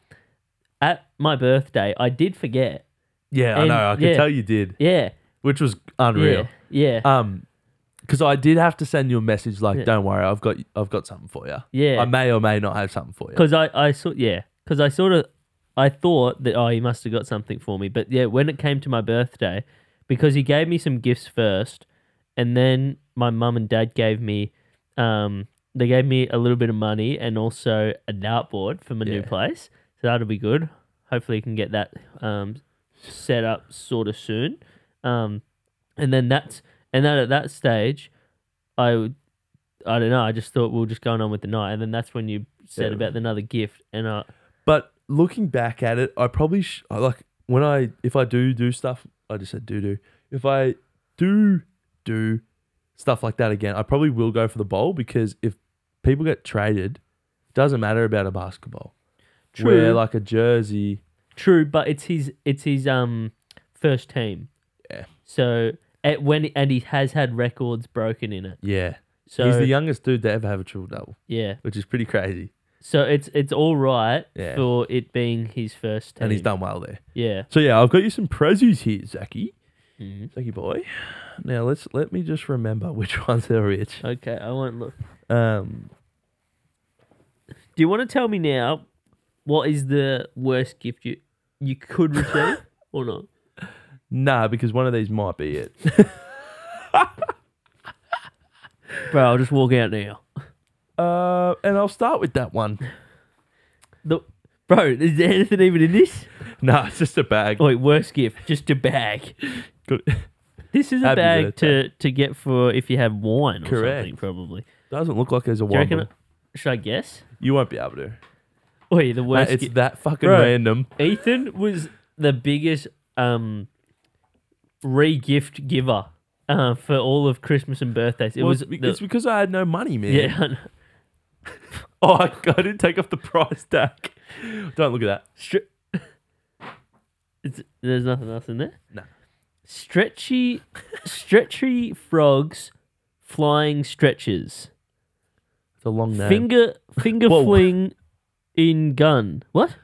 S1: at my birthday, I did forget.
S2: yeah,
S1: and-
S2: I know, I can
S1: yeah.
S2: tell you did,
S1: Yeah,
S2: which was unreal.
S1: yeah, yeah.
S2: Um, because I did have to send you a message like,
S1: Yeah.
S2: "Don't worry, I've got I've got something for you."
S1: Yeah.
S2: I may or may not have something for you.
S1: Because I, I saw, yeah, because I sort of, I thought that oh, he must have got something for me. But yeah, when it came to my birthday, because he gave me some gifts first, and then my mum and dad gave me, um, they gave me a little bit of money and also a dartboard for my new
S2: Yeah.
S1: place. So that'll be good. Hopefully, you can get that um, set up sort of soon. Um, and then that's and then at that stage, I would- I don't know. I just thought we were just going on with the night, and then that's when you said
S2: Yeah.
S1: about another gift, and uh, I
S2: But looking back at it, I probably sh- I like when I if I do do stuff, I just said do do. If I do do stuff like that again, I probably will go for the bowl because if people get traded, it doesn't matter about a basketball.
S1: True.
S2: Where like a jersey,
S1: true, but it's his it's his um first team.
S2: Yeah.
S1: So at when and he has had records broken in it.
S2: yeah.
S1: So
S2: He's the youngest dude to ever have a triple double,
S1: yeah.
S2: which is pretty crazy,
S1: So it's it's all right
S2: Yeah.
S1: for it being his first team.
S2: and he's done well there.
S1: Yeah.
S2: So yeah, I've got you some prezzies here, Zachy.
S1: Mhm.
S2: Thank you, boy. Now let's let me just remember which ones are which.
S1: Okay, I won't look.
S2: Um,
S1: Do you want to tell me now what is the worst gift you you could receive or not?
S2: nah, because one of these might be it.
S1: Bro, I'll just walk out now.
S2: Uh, and I'll start with that one.
S1: The, bro, is there anything even in this?
S2: Nah, it's just a bag.
S1: Oh, wait, worst gift, just a bag.
S2: Good.
S1: This is a
S2: Happy
S1: bag
S2: birthday.
S1: to, to get for if you have wine or
S2: Correct.
S1: something, probably.
S2: Doesn't look like there's a
S1: Do you
S2: one.
S1: reckon?
S2: but
S1: Should I guess?
S2: You won't be able to.
S1: Wait, the
S2: Mate,
S1: worst.
S2: it's
S1: gi-
S2: that fucking
S1: Bro.
S2: random.
S1: Ethan was the biggest um re-gift giver uh, for all of Christmas and birthdays. It
S2: Well,
S1: was
S2: it's be-
S1: the-
S2: it's because I had no money, man.
S1: yeah. I know.
S2: Oh, I, I didn't take off the price tag. Don't look at that.
S1: Stri- it's, there's nothing else in there.
S2: No.
S1: Stretchy, stretchy frogs, flying stretches,
S2: It's a long name.
S1: finger finger
S2: Whoa.
S1: fling, in gun. What?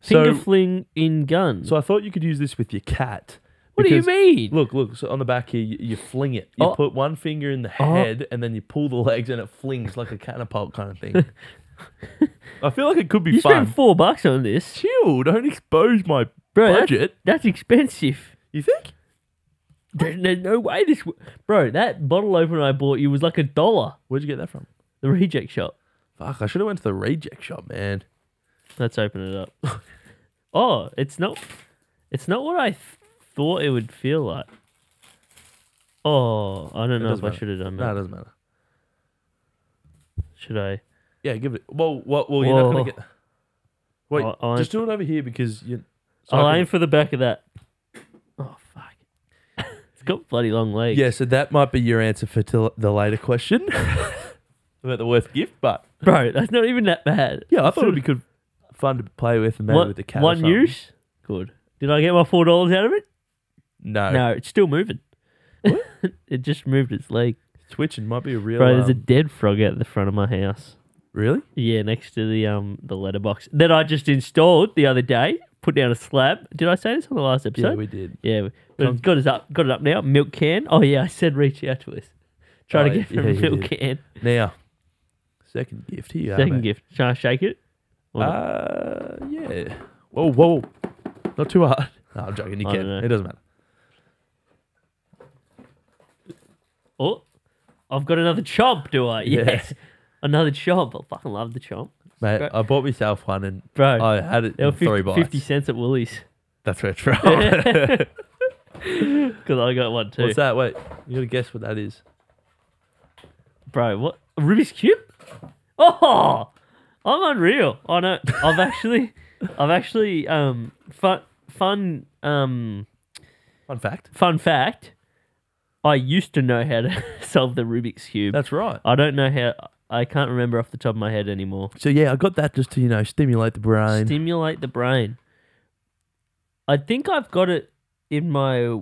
S2: so,
S1: Finger fling in gun.
S2: so I thought you could use this with your cat.
S1: what do you
S2: because-
S1: mean?
S2: Look, look. So on the back here, you, you fling it. You
S1: Oh.
S2: put one finger in the
S1: Oh.
S2: head, and then you pull the legs, and it flings like a catapult kind of thing. I feel like it could be
S1: you
S2: fun.
S1: spent four bucks on this,
S2: Chill. Don't expose my
S1: bro. that's-
S2: budget.
S1: That's expensive.
S2: You think?
S1: There- there's no way this, w- bro. That bottle opener I bought you was like a dollar.
S2: Where'd you get that from?
S1: The reject shop.
S2: Fuck! I should have went to the reject shop, man.
S1: Let's open it up. oh, it's not. It's not what I th- thought it would feel like. Oh, I don't know if
S2: doesn't
S1: I
S2: matter.
S1: should have done
S2: No, it
S1: that.
S2: doesn't matter.
S1: Should I?
S2: Yeah, give it. Well, well, well you're not
S1: Whoa.
S2: gonna get. Wait,
S1: I'll- I'll
S2: just do it over here because you. so I
S1: I'll
S2: can-
S1: aim for the back of that. Oh fuck! it's got bloody long legs.
S2: Yeah, so that might be your answer for till the later question about the worst gift, but
S1: bro, that's not even that bad.
S2: yeah, I
S1: It's
S2: thought
S1: sort
S2: it'd be good fun to play with and maybe
S1: One,
S2: with the cat. or
S1: one
S2: something.
S1: use? Good. Did I get my four dollars out of it?
S2: No.
S1: No, it's still moving.
S2: What?
S1: it just moved its leg.
S2: Twitching might be a real.
S1: Bro, there's a
S2: um,
S1: dead frog out the front of my house.
S2: really?
S1: Yeah, next to the um the letterbox that I just installed the other day. Put down a slab. Did I say this on the last episode?
S2: yeah, we did.
S1: Yeah, we- we've got it up. Got it up now. Milk can. Oh yeah, I said reach out to us. Try
S2: Oh,
S1: to get
S2: yeah,
S1: from
S2: you
S1: milk
S2: did.
S1: can.
S2: Now, second gift here.
S1: Second
S2: mate.
S1: gift. Try to shake it. Or not?
S2: Uh, yeah. Whoa, whoa. Not too hard. No, I'm joking. You
S1: I
S2: can.
S1: dunno.
S2: It doesn't matter.
S1: oh, I've got another chomp. Do I?
S2: Yeah.
S1: Yes, another chomp. I fucking love the chomp,
S2: Mate,
S1: Great.
S2: I bought myself one and
S1: bro.
S2: I had it
S1: they were
S2: in
S1: 50,
S2: three bites.
S1: 50 cents at Woolies
S2: That's right, right.
S1: because I got one too,
S2: What's that? Wait, you gotta guess what that is.
S1: bro. What a Rubik's cube? Oh, I'm unreal. I know. I've actually, I've actually um fun fun um
S2: Fun fact.
S1: fun fact. I used to know how to solve the Rubik's cube.
S2: That's right.
S1: I don't know how. I can't remember off the top of my head anymore.
S2: So yeah, I got that just to you know stimulate the brain.
S1: Stimulate the brain. I think I've got it in my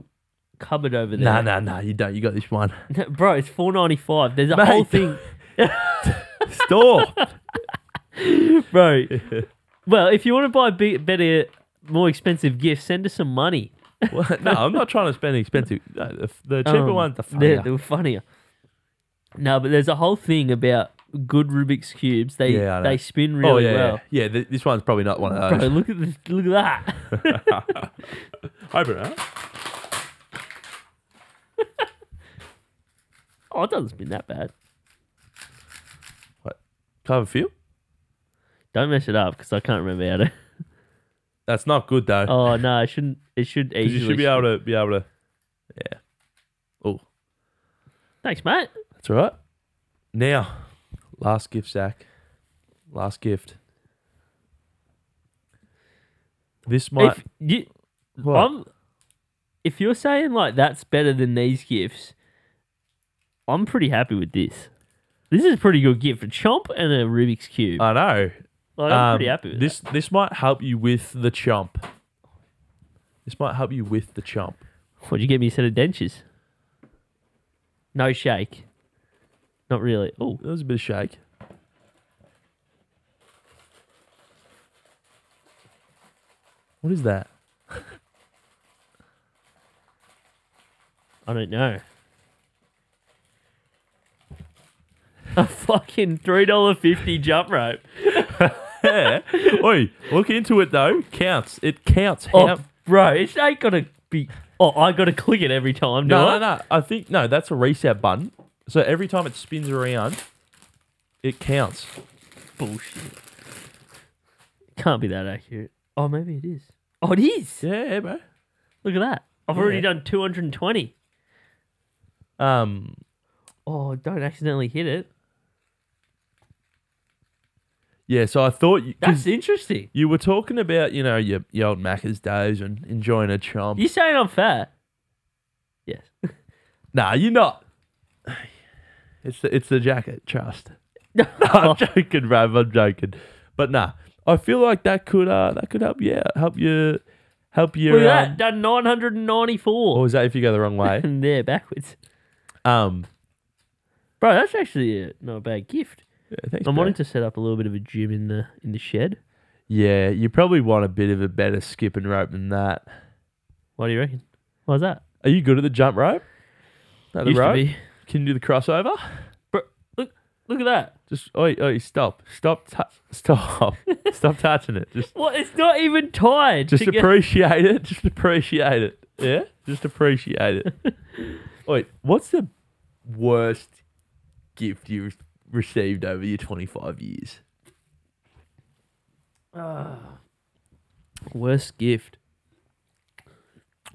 S1: cupboard over there.
S2: No, no, no, you don't. You got this one.
S1: Bro, it's four ninety five. There's a
S2: Mate.
S1: whole thing,
S2: Stop.
S1: bro. well, if you want to buy big, better, more expensive gifts, send us some money.
S2: What? No, I'm not trying to spend expensive. No, the, the cheaper
S1: Um,
S2: ones, the funnier.
S1: They're, they're funnier. No, but there's a whole thing about good Rubik's cubes. They
S2: Yeah, I know.
S1: they spin really
S2: oh yeah, Uh,
S1: well.
S2: yeah. yeah th- this one's probably not one of
S1: Bro,
S2: those.
S1: look at this, look at that.
S2: Open it up.
S1: Oh, it doesn't spin that bad.
S2: What? Can I have a feel?
S1: Don't mess it up because I can't remember how to.
S2: That's not good though.
S1: Oh no, it shouldn't. It should
S2: 'Cause
S1: easily.
S2: you should be able to be able to. Yeah. Oh,
S1: Thanks, mate.
S2: that's all right. Now, last gift, Zach. Last gift. This might.
S1: If you,
S2: What?
S1: I'm, if you're saying like that's better than these gifts, I'm pretty happy with this. This is a pretty good gift. A chomp and a Rubik's cube.
S2: I know.
S1: like, I'm
S2: Uh, Um,
S1: pretty happy with
S2: this. This might help you with the chomp. This might help you with the chomp.
S1: that. What'd you get me? A set of dentures. No shake. Not really. Oh,
S2: That was a bit of shake. What is that?
S1: I don't know. A fucking three dollar fifty jump rope.
S2: Yeah. Oi, look into it though. Counts. It counts.
S1: Oh,
S2: How-
S1: bro, it's ain't gonna be. Oh, I gotta click it every time. do
S2: No,
S1: I?
S2: no, no. I think no. That's a reset button. So every time it spins around, it counts.
S1: Bullshit. Can't be that accurate. Oh, maybe it is. Oh, it is.
S2: Yeah, bro.
S1: Look at that. I've already
S2: Yeah.
S1: done 220.
S2: Um,
S1: Oh, don't accidentally hit it.
S2: yeah. So I thought you, 'cause
S1: That's interesting.
S2: you were talking about you know your, your old Macca's days and enjoying a chomp.
S1: You saying I'm fat? Yes.
S2: Nah, you're not. It's the, it's the jacket. Trust. no, I'm joking, bro. I'm joking. But nah, I feel like that could uh that could help you out. Help you help you.
S1: Look at
S2: um,
S1: that. Done 994.
S2: Or is that if you go the wrong way?
S1: And there, backwards.
S2: um,
S1: Bro, that's actually a, not a bad gift.
S2: yeah, thanks,
S1: I'm
S2: bro.
S1: wanting to set up a little bit of a gym in the in the shed.
S2: Yeah, you probably want a bit of a better skip and rope than that.
S1: What do you reckon? Why's that?
S2: Are you good at the jump rope? At the
S1: Used to
S2: rope?
S1: be.
S2: Can you do the crossover?
S1: Bro, look, look at that.
S2: Just oi, oi, stop, stop, tou- stop, stop touching it. Just,
S1: What? It's not even tied.
S2: just
S1: together.
S2: appreciate it. Just appreciate it. Yeah, just appreciate it. Wait, what's the worst gift you've received over your twenty-five years?
S1: Ah. Worst gift.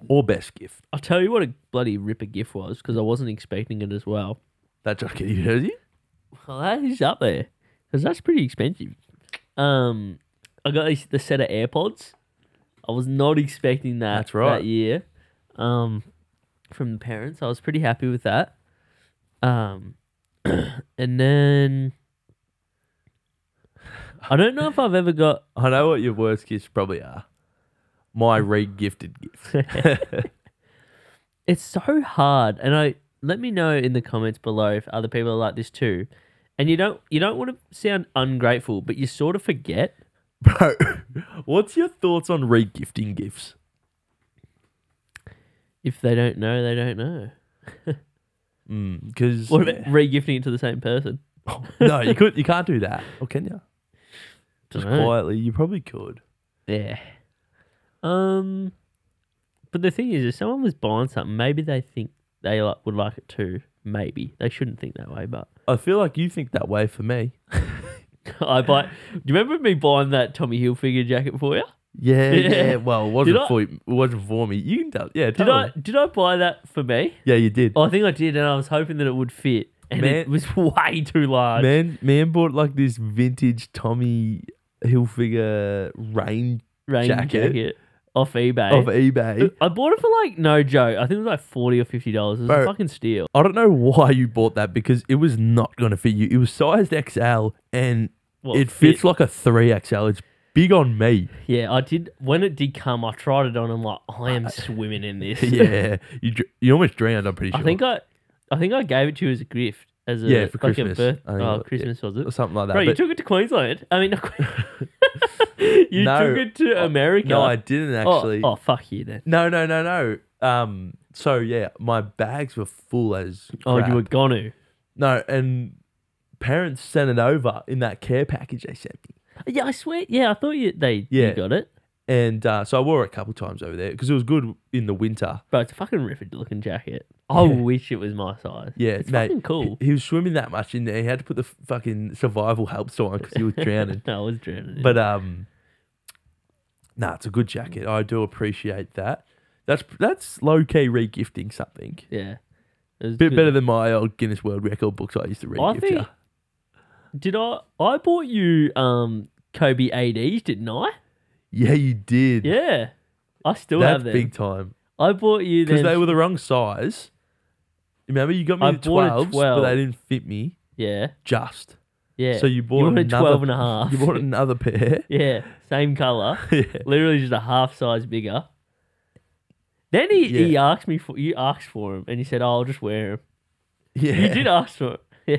S2: Or best gift?
S1: I'll tell you what a bloody ripper gift was because I wasn't expecting it as well.
S2: That John Kitty jersey?
S1: Well, that is up there because that's pretty expensive. Um, I got these, the set of AirPods. I was not expecting that.
S2: That's right.
S1: That year, um, from the parents, I was pretty happy with that. Um, and then I don't know if I've ever got.
S2: I know what your worst gifts probably are. my re-gifted gift.
S1: It's so hard, and I let me know in the comments below if other people are like this too. And you don't you don't want to sound ungrateful, but you sort of forget.
S2: Bro, what's your thoughts on re-gifting gifts?
S1: If they don't know, they don't know.
S2: Because
S1: What about regifting it to the same person?
S2: Hmm, no, you could you can't do that. Or can you? Just
S1: Dunno.
S2: quietly, you probably could.
S1: Yeah. Um, but the thing is, if someone was buying something, maybe they think they like, would like it too. Maybe they shouldn't think that way, but
S2: I feel like you think that way for me.
S1: I buy. Do you remember me buying that Tommy Hilfiger jacket for you?
S2: Yeah,
S1: Yeah.
S2: yeah. Well, it wasn't
S1: Did I-
S2: for you, it wasn't for me. You can tell. Yeah, tell
S1: Did I?
S2: them.
S1: Did I buy that for me?
S2: Yeah, you did.
S1: Oh, I think I did, and I was hoping that it would fit, and it
S2: Man-
S1: was way too large.
S2: Man, man bought like this vintage Tommy Hilfiger rain
S1: rain jacket.
S2: jacket.
S1: off eBay.
S2: of eBay.
S1: I bought it for like no joke. I think it was like forty or fifty dollars. It was a
S2: Bro.
S1: fucking steal.
S2: I don't know why you bought that because it was not going to fit you. It was sized XL and
S1: Well,
S2: it fits like a 3XL. It's big on me.
S1: Yeah, I did. When it did come, I tried it on. I'm like, I am swimming in this.
S2: yeah. You dr- you almost drowned, I'm pretty sure.
S1: I think I, I think I gave it to you as a gift, as a
S2: Yeah, for
S1: like
S2: Christmas.
S1: a birth.
S2: I think it
S1: Oh,
S2: was-
S1: Christmas was
S2: or
S1: it?
S2: something like that.
S1: Bro, you
S2: but-
S1: took it to Queensland. I mean, not Queen- you
S2: No, Oh,
S1: took it to America.
S2: no, I didn't
S1: Oh,
S2: actually.
S1: Oh, fuck you then.
S2: No, no, no, no. Um, so yeah, my bags were full as
S1: Oh,
S2: crap.
S1: you were gonna.
S2: No, and parents sent it over in that care package they sent me.
S1: Yeah, I swear. Yeah, I thought you they you
S2: Yeah.
S1: got it.
S2: And uh, so I wore it a couple times over there because it was good in the winter.
S1: Bro, it's a fucking ripped looking jacket. I
S2: Yeah.
S1: wish it was my size.
S2: Yeah,
S1: it's
S2: mate,
S1: fucking cool.
S2: He, he was swimming that much in there. He had to put the f- fucking survival help sign because he was drowning.
S1: no, I was drowning.
S2: but um, nah, it's a good jacket. I do appreciate that. That's that's low key regifting something.
S1: yeah, it was
S2: Bit
S1: good.
S2: better than my old Guinness World Record books I used to read.
S1: I think- Did I? I bought you um Kobe ADs, didn't I?
S2: Yeah, you did.
S1: Yeah, I still
S2: That's
S1: have them.
S2: big time.
S1: I bought you
S2: Because
S1: them.
S2: they were the wrong size. Remember, you got me
S1: I
S2: the
S1: bought a
S2: 12s,
S1: 12.
S2: but they didn't fit me
S1: yeah,
S2: just.
S1: yeah.
S2: So you bought
S1: wanted
S2: another,
S1: 12 and a half.
S2: You bought another pair.
S1: yeah, same color,
S2: yeah.
S1: literally just a half size bigger. Then he, he asked me for you asked for him, and he said, "Oh, "I'll just wear him." You did ask for him. Yeah,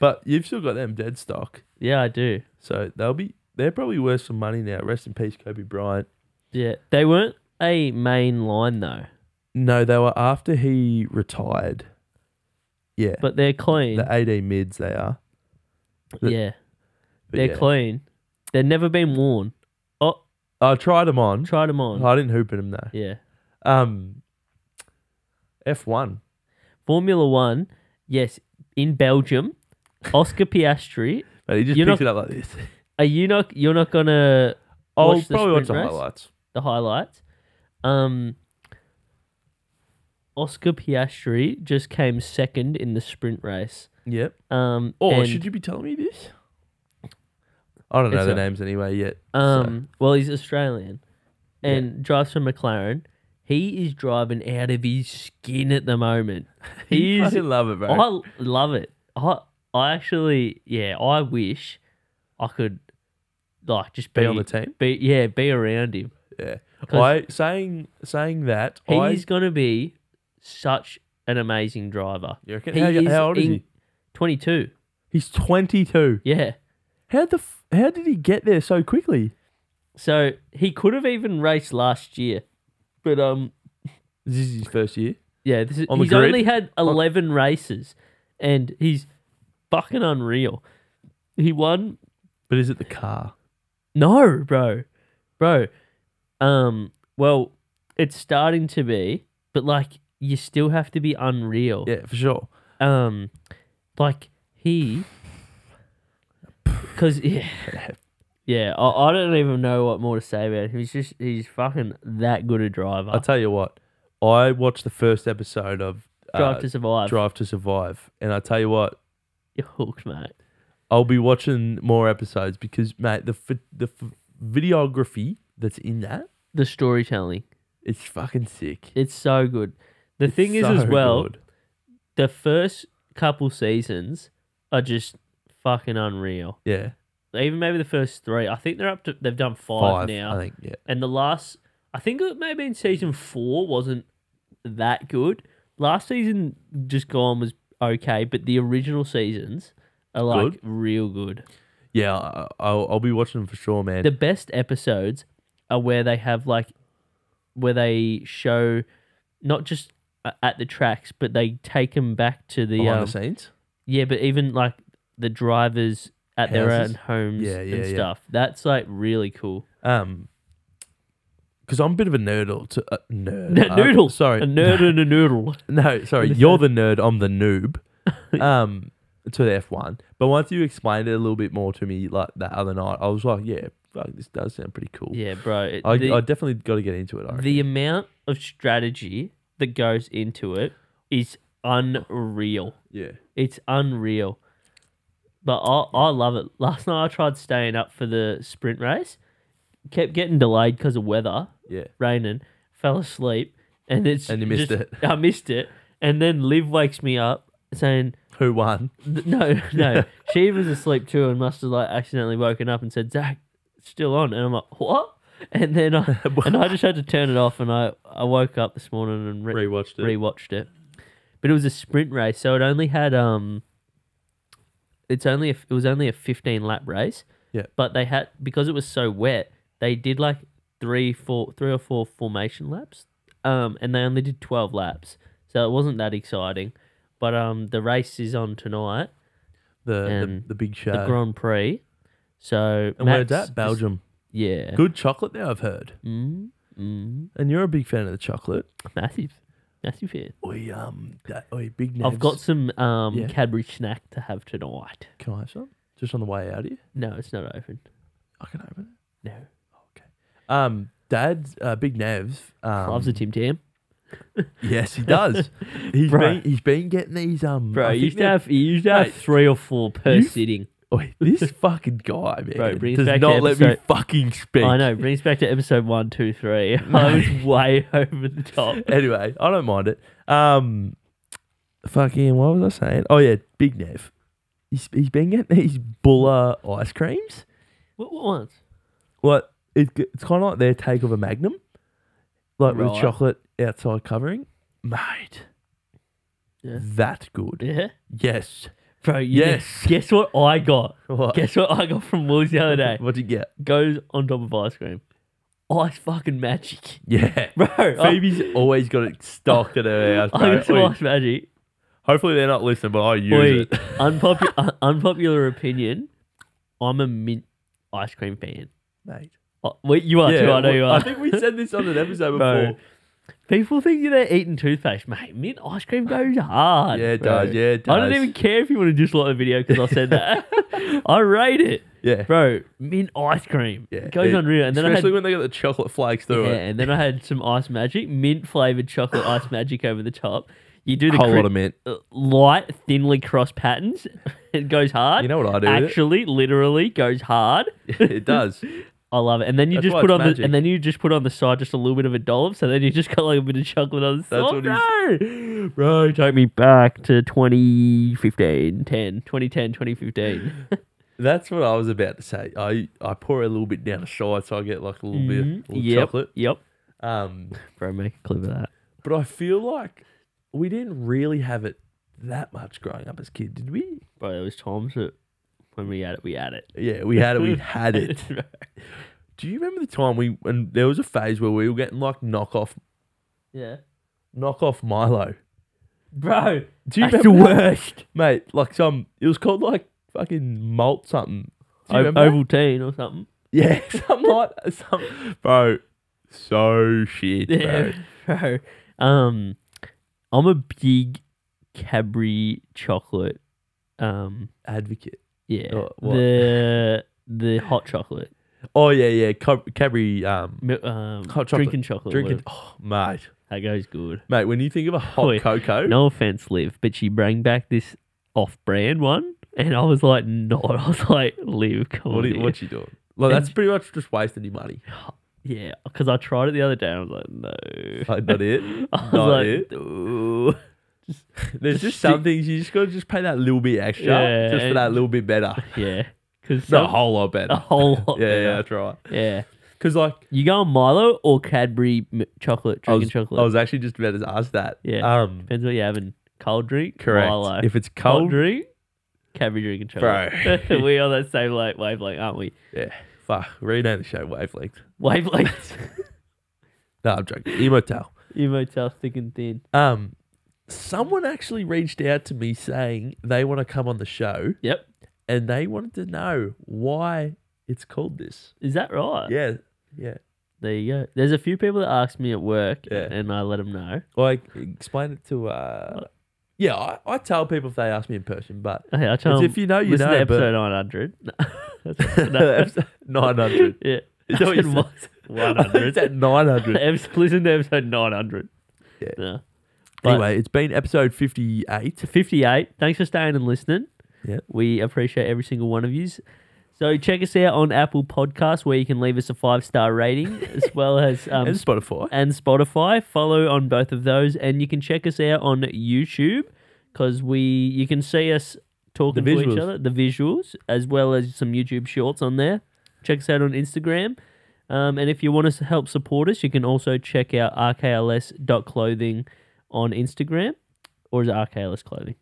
S2: But you've still got them dead stock.
S1: yeah, I do.
S2: So they'll be, they're probably worth some money now. Rest in peace, Kobe Bryant.
S1: Yeah, they weren't a main line though,
S2: No, they were after he retired. Yeah.
S1: but they're clean.
S2: the 18 mids, they are. the-
S1: yeah,
S2: But
S1: they're
S2: yeah.
S1: clean. They've never been worn. Oh,
S2: I tried them on.
S1: tried them on.
S2: I didn't hoop in them, though.
S1: Yeah.
S2: Um, F1.
S1: Formula One, yes, in Belgium, Oscar Piastri.
S2: But he just
S1: You're
S2: picks
S1: not-
S2: it up like this.
S1: Are you not? You're not gonna
S2: I'll
S1: Watch the
S2: probably watch
S1: sprint
S2: the
S1: race?
S2: highlights.
S1: the highlights. Um, Oscar Piastri just came second in the sprint race.
S2: Yep.
S1: Um,
S2: Or
S1: and,
S2: should you be telling me this? I don't know
S1: It's
S2: the
S1: a-
S2: names anyway yet. so-
S1: Um, well, he's Australian,
S2: Yeah.
S1: and drives for McLaren. He is driving out of his skin at the moment. He
S2: I
S1: is
S2: fucking love it, bro.
S1: I love it. I I actually yeah, I wish I could like just be,
S2: Be on the team.
S1: Be yeah, be around him.
S2: Yeah.
S1: 'Cause-
S2: I saying saying that.
S1: He's
S2: I,
S1: gonna be such an amazing driver.
S2: you reckon? How, how old is he?
S1: Twenty two.
S2: He's twenty two.
S1: Yeah.
S2: How the f- how did he get there so quickly?
S1: So he could have even raced last year. But um
S2: This is his first year.
S1: yeah, this is,
S2: On the
S1: he's
S2: grid? Oh.
S1: only had eleven races and he's fucking unreal. He won
S2: But is it the car?
S1: No, bro. Bro. Um, well, it's starting to be, but like you still have to be unreal.
S2: Yeah, for sure.
S1: Um like he cuz yeah. Yeah, I, I don't even know what more to say about him. He's just he's fucking that good a driver.
S2: I'll tell you what. I watched the first episode of uh,
S1: Drive to survive.
S2: Drive to Survive, and I tell you what,
S1: You're hooked, mate.
S2: I'll be watching more episodes because, mate, the f- the f- videography that's in that,
S1: The storytelling.
S2: it's fucking sick.
S1: It's so good. The thing is
S2: So
S1: as well,
S2: good.
S1: the first couple seasons are just fucking unreal.
S2: yeah,
S1: even maybe the first three. I think they're up to they've done five,
S2: five
S1: now,
S2: I think, yeah,
S1: and the last I think it maybe in season four wasn't that good. Last season just gone was okay, but the original seasons are like real good.
S2: Yeah, I- I'll, I'll be watching them for sure, man.
S1: The best episodes are where they have like where they show not just uh, at the tracks, but they take them back to the
S2: Behind
S1: um,
S2: the scenes.
S1: yeah, but even like the drivers at their own
S2: Houses?
S1: homes
S2: Yeah, yeah,
S1: and
S2: yeah.
S1: stuff. That's like really cool.
S2: Um, because I'm a bit of a nerdle to uh, nerd.
S1: That
S2: Uh,
S1: noodle,
S2: sorry,
S1: a nerd and a noodle.
S2: No, sorry, you're the nerd. I'm the noob. Um, to the F1. But once you explained it a little bit more to me, like that other night, I was like, yeah, fuck, this does sound pretty cool.
S1: Yeah, bro. It,
S2: I,
S1: the,
S2: I definitely got to get into it. I reckon.
S1: the amount of strategy that goes into it is unreal.
S2: yeah.
S1: It's unreal. But I, I love it. Last night I tried staying up for the sprint race, kept getting delayed because of weather,
S2: Yeah.
S1: raining, fell asleep, and it's
S2: And you missed
S1: just-
S2: it.
S1: I missed it, and then Liv wakes me up saying,
S2: Who won?
S1: th- "No, no, she was asleep too, and must have like accidentally woken up and said, Zach, it's still on," and I'm like, "What?" And then I and I just had to turn it off, and I I woke up this morning and re-
S2: Rewatched it.
S1: rewatched it. But it was a sprint race, so it only had um. It's only a, it was only a fifteen lap race.
S2: Yeah.
S1: But they had because it was so wet, they did like three, four, three or four formation laps, um, and they only did twelve laps, so it wasn't that exciting. But um, the race is on tonight,
S2: the, the
S1: and
S2: the big show.
S1: um, the Grand Prix. So
S2: and where's
S1: Matt's
S2: that? Belgium.
S1: Yeah.
S2: Good chocolate now. I've heard.
S1: Mm, mm,
S2: And you're a big fan of the chocolate.
S1: massive, massive hit.
S2: Oi, um, that, oi, big.
S1: I've
S2: Nabs.
S1: got some um
S2: Yeah.
S1: Cadbury snack to have tonight.
S2: Can I have some? Just on the way out here.
S1: No, it's not open.
S2: I can open it.
S1: No.
S2: Um, Dad, uh, Big Navs. Um,
S1: Loves a Tim Tam.
S2: Yes, he does. He's
S1: Bro.
S2: been he's been getting these um.
S1: Bro,
S2: I
S1: you
S2: think
S1: used to
S2: they're-
S1: have you used to have
S2: Mate,
S1: three or four per
S2: you-
S1: sitting.
S2: Oi, this fucking guy, man,
S1: Bro, brings
S2: does
S1: back
S2: not
S1: the
S2: let me
S1: episode-
S2: fucking speak.
S1: I know, brings back to episode one, two, three. I was way over the top.
S2: Anyway, I don't mind it. Um, fucking what was I saying? Oh yeah, Big Nev. He's he's been getting these Buller ice creams.
S1: What, what ones?
S2: Like it, it's kind of like their take of a Magnum, like with
S1: Right.
S2: chocolate outside covering, mate.
S1: Yeah.
S2: That good.
S1: Yeah.
S2: Yes.
S1: Bro, you know-
S2: Yes.
S1: guess what I got?
S2: What?
S1: Guess what I got from Wool's the other day?
S2: What'd you get?
S1: Goes on top of ice cream. Ice fucking magic.
S2: Yeah.
S1: Bro, I-
S2: Phoebe's always got it stocked at her house.
S1: Oh. I
S2: bro.
S1: got some
S2: Oi,
S1: ice magic.
S2: hopefully they're not listening, but I use
S1: Oi,
S2: it.
S1: unpopular, uh, unpopular opinion. I'm a mint ice cream fan.
S2: Mate.
S1: Oh, wait, you are too. I know you
S2: well,
S1: are.
S2: I think we said this on an episode before.
S1: Bro, People think that they're eating toothpaste, mate. Mint ice cream goes hard.
S2: Yeah, it
S1: bro.
S2: does. Yeah, it
S1: I don't
S2: does.
S1: even care if you want to dislike the video because I said that. I rate it,
S2: yeah.
S1: bro. Mint ice cream
S2: Yeah.
S1: goes
S2: It-
S1: unreal. And then I had
S2: Especially when they got the chocolate flakes through
S1: yeah,
S2: it.
S1: and then I had some ice magic, mint flavored chocolate ice magic over the top. You do the
S2: Whole
S1: cri-
S2: lot of mint.
S1: uh, light, thinly crossed patterns. it goes hard.
S2: You know what I do with it?
S1: Actually, literally goes hard.
S2: it does.
S1: I love it. And then you
S2: That's
S1: just
S2: why
S1: put
S2: it's
S1: on the
S2: magic.
S1: and then you just put on the side just a little bit of a dollop, so then you just got like a bit of chocolate on the side.
S2: That's what
S1: bro. bro, take me back to 2015, 10, 2010, 2015.
S2: That's what I was about to say. I, I pour a little bit down the side so I get like a little bit of
S1: Mhm.
S2: little
S1: yep,
S2: chocolate.
S1: Yep.
S2: Um,
S1: Bro, make a clip of that.
S2: but I feel like we didn't really have it that much growing up as kids, did we?
S1: Bro, there was times that when we had it, we had it.
S2: Yeah, we had it. We had it. Do you remember the time we when there was a phase where we were getting like knockoff
S1: yeah.
S2: knockoff Milo?
S1: Bro,
S2: Do you
S1: that's the
S2: remember that?
S1: worst.
S2: Mate, like some it was called like fucking malt something. Do you
S1: O-
S2: remember that?
S1: Ovaltine or something.
S2: Yeah, something like some bro. So shit, bro.
S1: Yeah, bro. Um, I'm a big Cadbury chocolate. Um,
S2: Advocate.
S1: yeah,
S2: Oh, what?
S1: the the hot chocolate,
S2: Oh yeah, yeah. Cab- Cadbury um
S1: Mi- um,
S2: Hot chocolate.
S1: drinking chocolate.
S2: drinking
S1: whatever.
S2: oh mate.
S1: that goes good.
S2: Mate, when you think of a hot
S1: Oi,
S2: cocoa,
S1: No offense, Liv, but she bring back this off-brand one, and I was like, no, I was like, Liv, come on,
S2: what are you,
S1: here."
S2: what you doing? Like
S1: And-
S2: that's pretty much just wasting your money.
S1: yeah, because I tried it the other day, and I was like, no,
S2: Like not it.
S1: I was
S2: Not
S1: like,
S2: it.
S1: "Ooh."
S2: There's
S1: Just
S2: just some things you just gotta just pay that little bit extra
S1: Yeah,
S2: just for
S1: and-
S2: that little bit better.
S1: yeah, because
S2: It's a whole lot
S1: a
S2: better.
S1: whole lot.
S2: Yeah, yeah,
S1: better.
S2: that's right.
S1: Yeah.
S2: Because like
S1: You go on Milo or Cadbury m- chocolate,
S2: I
S1: drink
S2: was,
S1: and chocolate.
S2: I was actually just about to ask that.
S1: Yeah.
S2: Um.
S1: Depends what you're having. Cold drink,
S2: Correct.
S1: Milo.
S2: If it's
S1: cold,
S2: cold,
S1: drink, Cadbury drink and chocolate.
S2: Bro.
S1: we are that same like wavelength, aren't we?
S2: yeah. Fuck. Rename the show wavelength.
S1: Wavelengths.
S2: No, I'm joking. Emotel.
S1: Emotel thick and thin.
S2: Um, someone actually reached out to me saying they want to come on the show
S1: Yep.
S2: and they wanted to know why it's called this.
S1: Is that right?
S2: Yeah, yeah.
S1: There you go. There's a few people that ask me at work,
S2: Yeah.
S1: and I let them know.
S2: Like, explain it to. uh Yeah, I, I tell people if they ask me in person, but
S1: Hey, I tell
S2: It's
S1: them,
S2: if you know, you
S1: listen
S2: know,
S1: To
S2: but-
S1: episode 900. No. That's not- no.
S2: episode nine hundred.
S1: yeah.
S2: Is that what you
S1: Episode
S2: It's
S1: 100.
S2: at nine hundred.
S1: Episode- listen to episode 900.
S2: Yeah.
S1: No. But-
S2: Anyway, it's been episode fifty-eight.
S1: to 58. Thanks for staying and listening.
S2: Yeah.
S1: We appreciate every single one of you. So check us out on Apple Podcasts where you can leave us a five star rating as well as um,
S2: and Spotify.
S1: and Spotify. Follow on both of those, and you can check us out on YouTube because we you can see us talking
S2: The
S1: to each
S2: visuals.
S1: other, the visuals, as well as some YouTube shorts on there. Check us out on Instagram. Um, and if you want us to help support us, you can also check out rkls.clothing on Instagram. Or is it RKLS Clothing?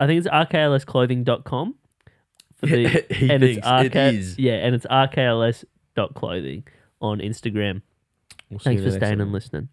S1: I think it's rklsclothing.com. For the,
S2: he
S1: and it's
S2: thinks
S1: RK,
S2: it is.
S1: Yeah, and it's rkls.clothing on Instagram.
S2: We'll
S1: Thanks
S2: see you
S1: for
S2: in the next
S1: staying
S2: one.
S1: and listening.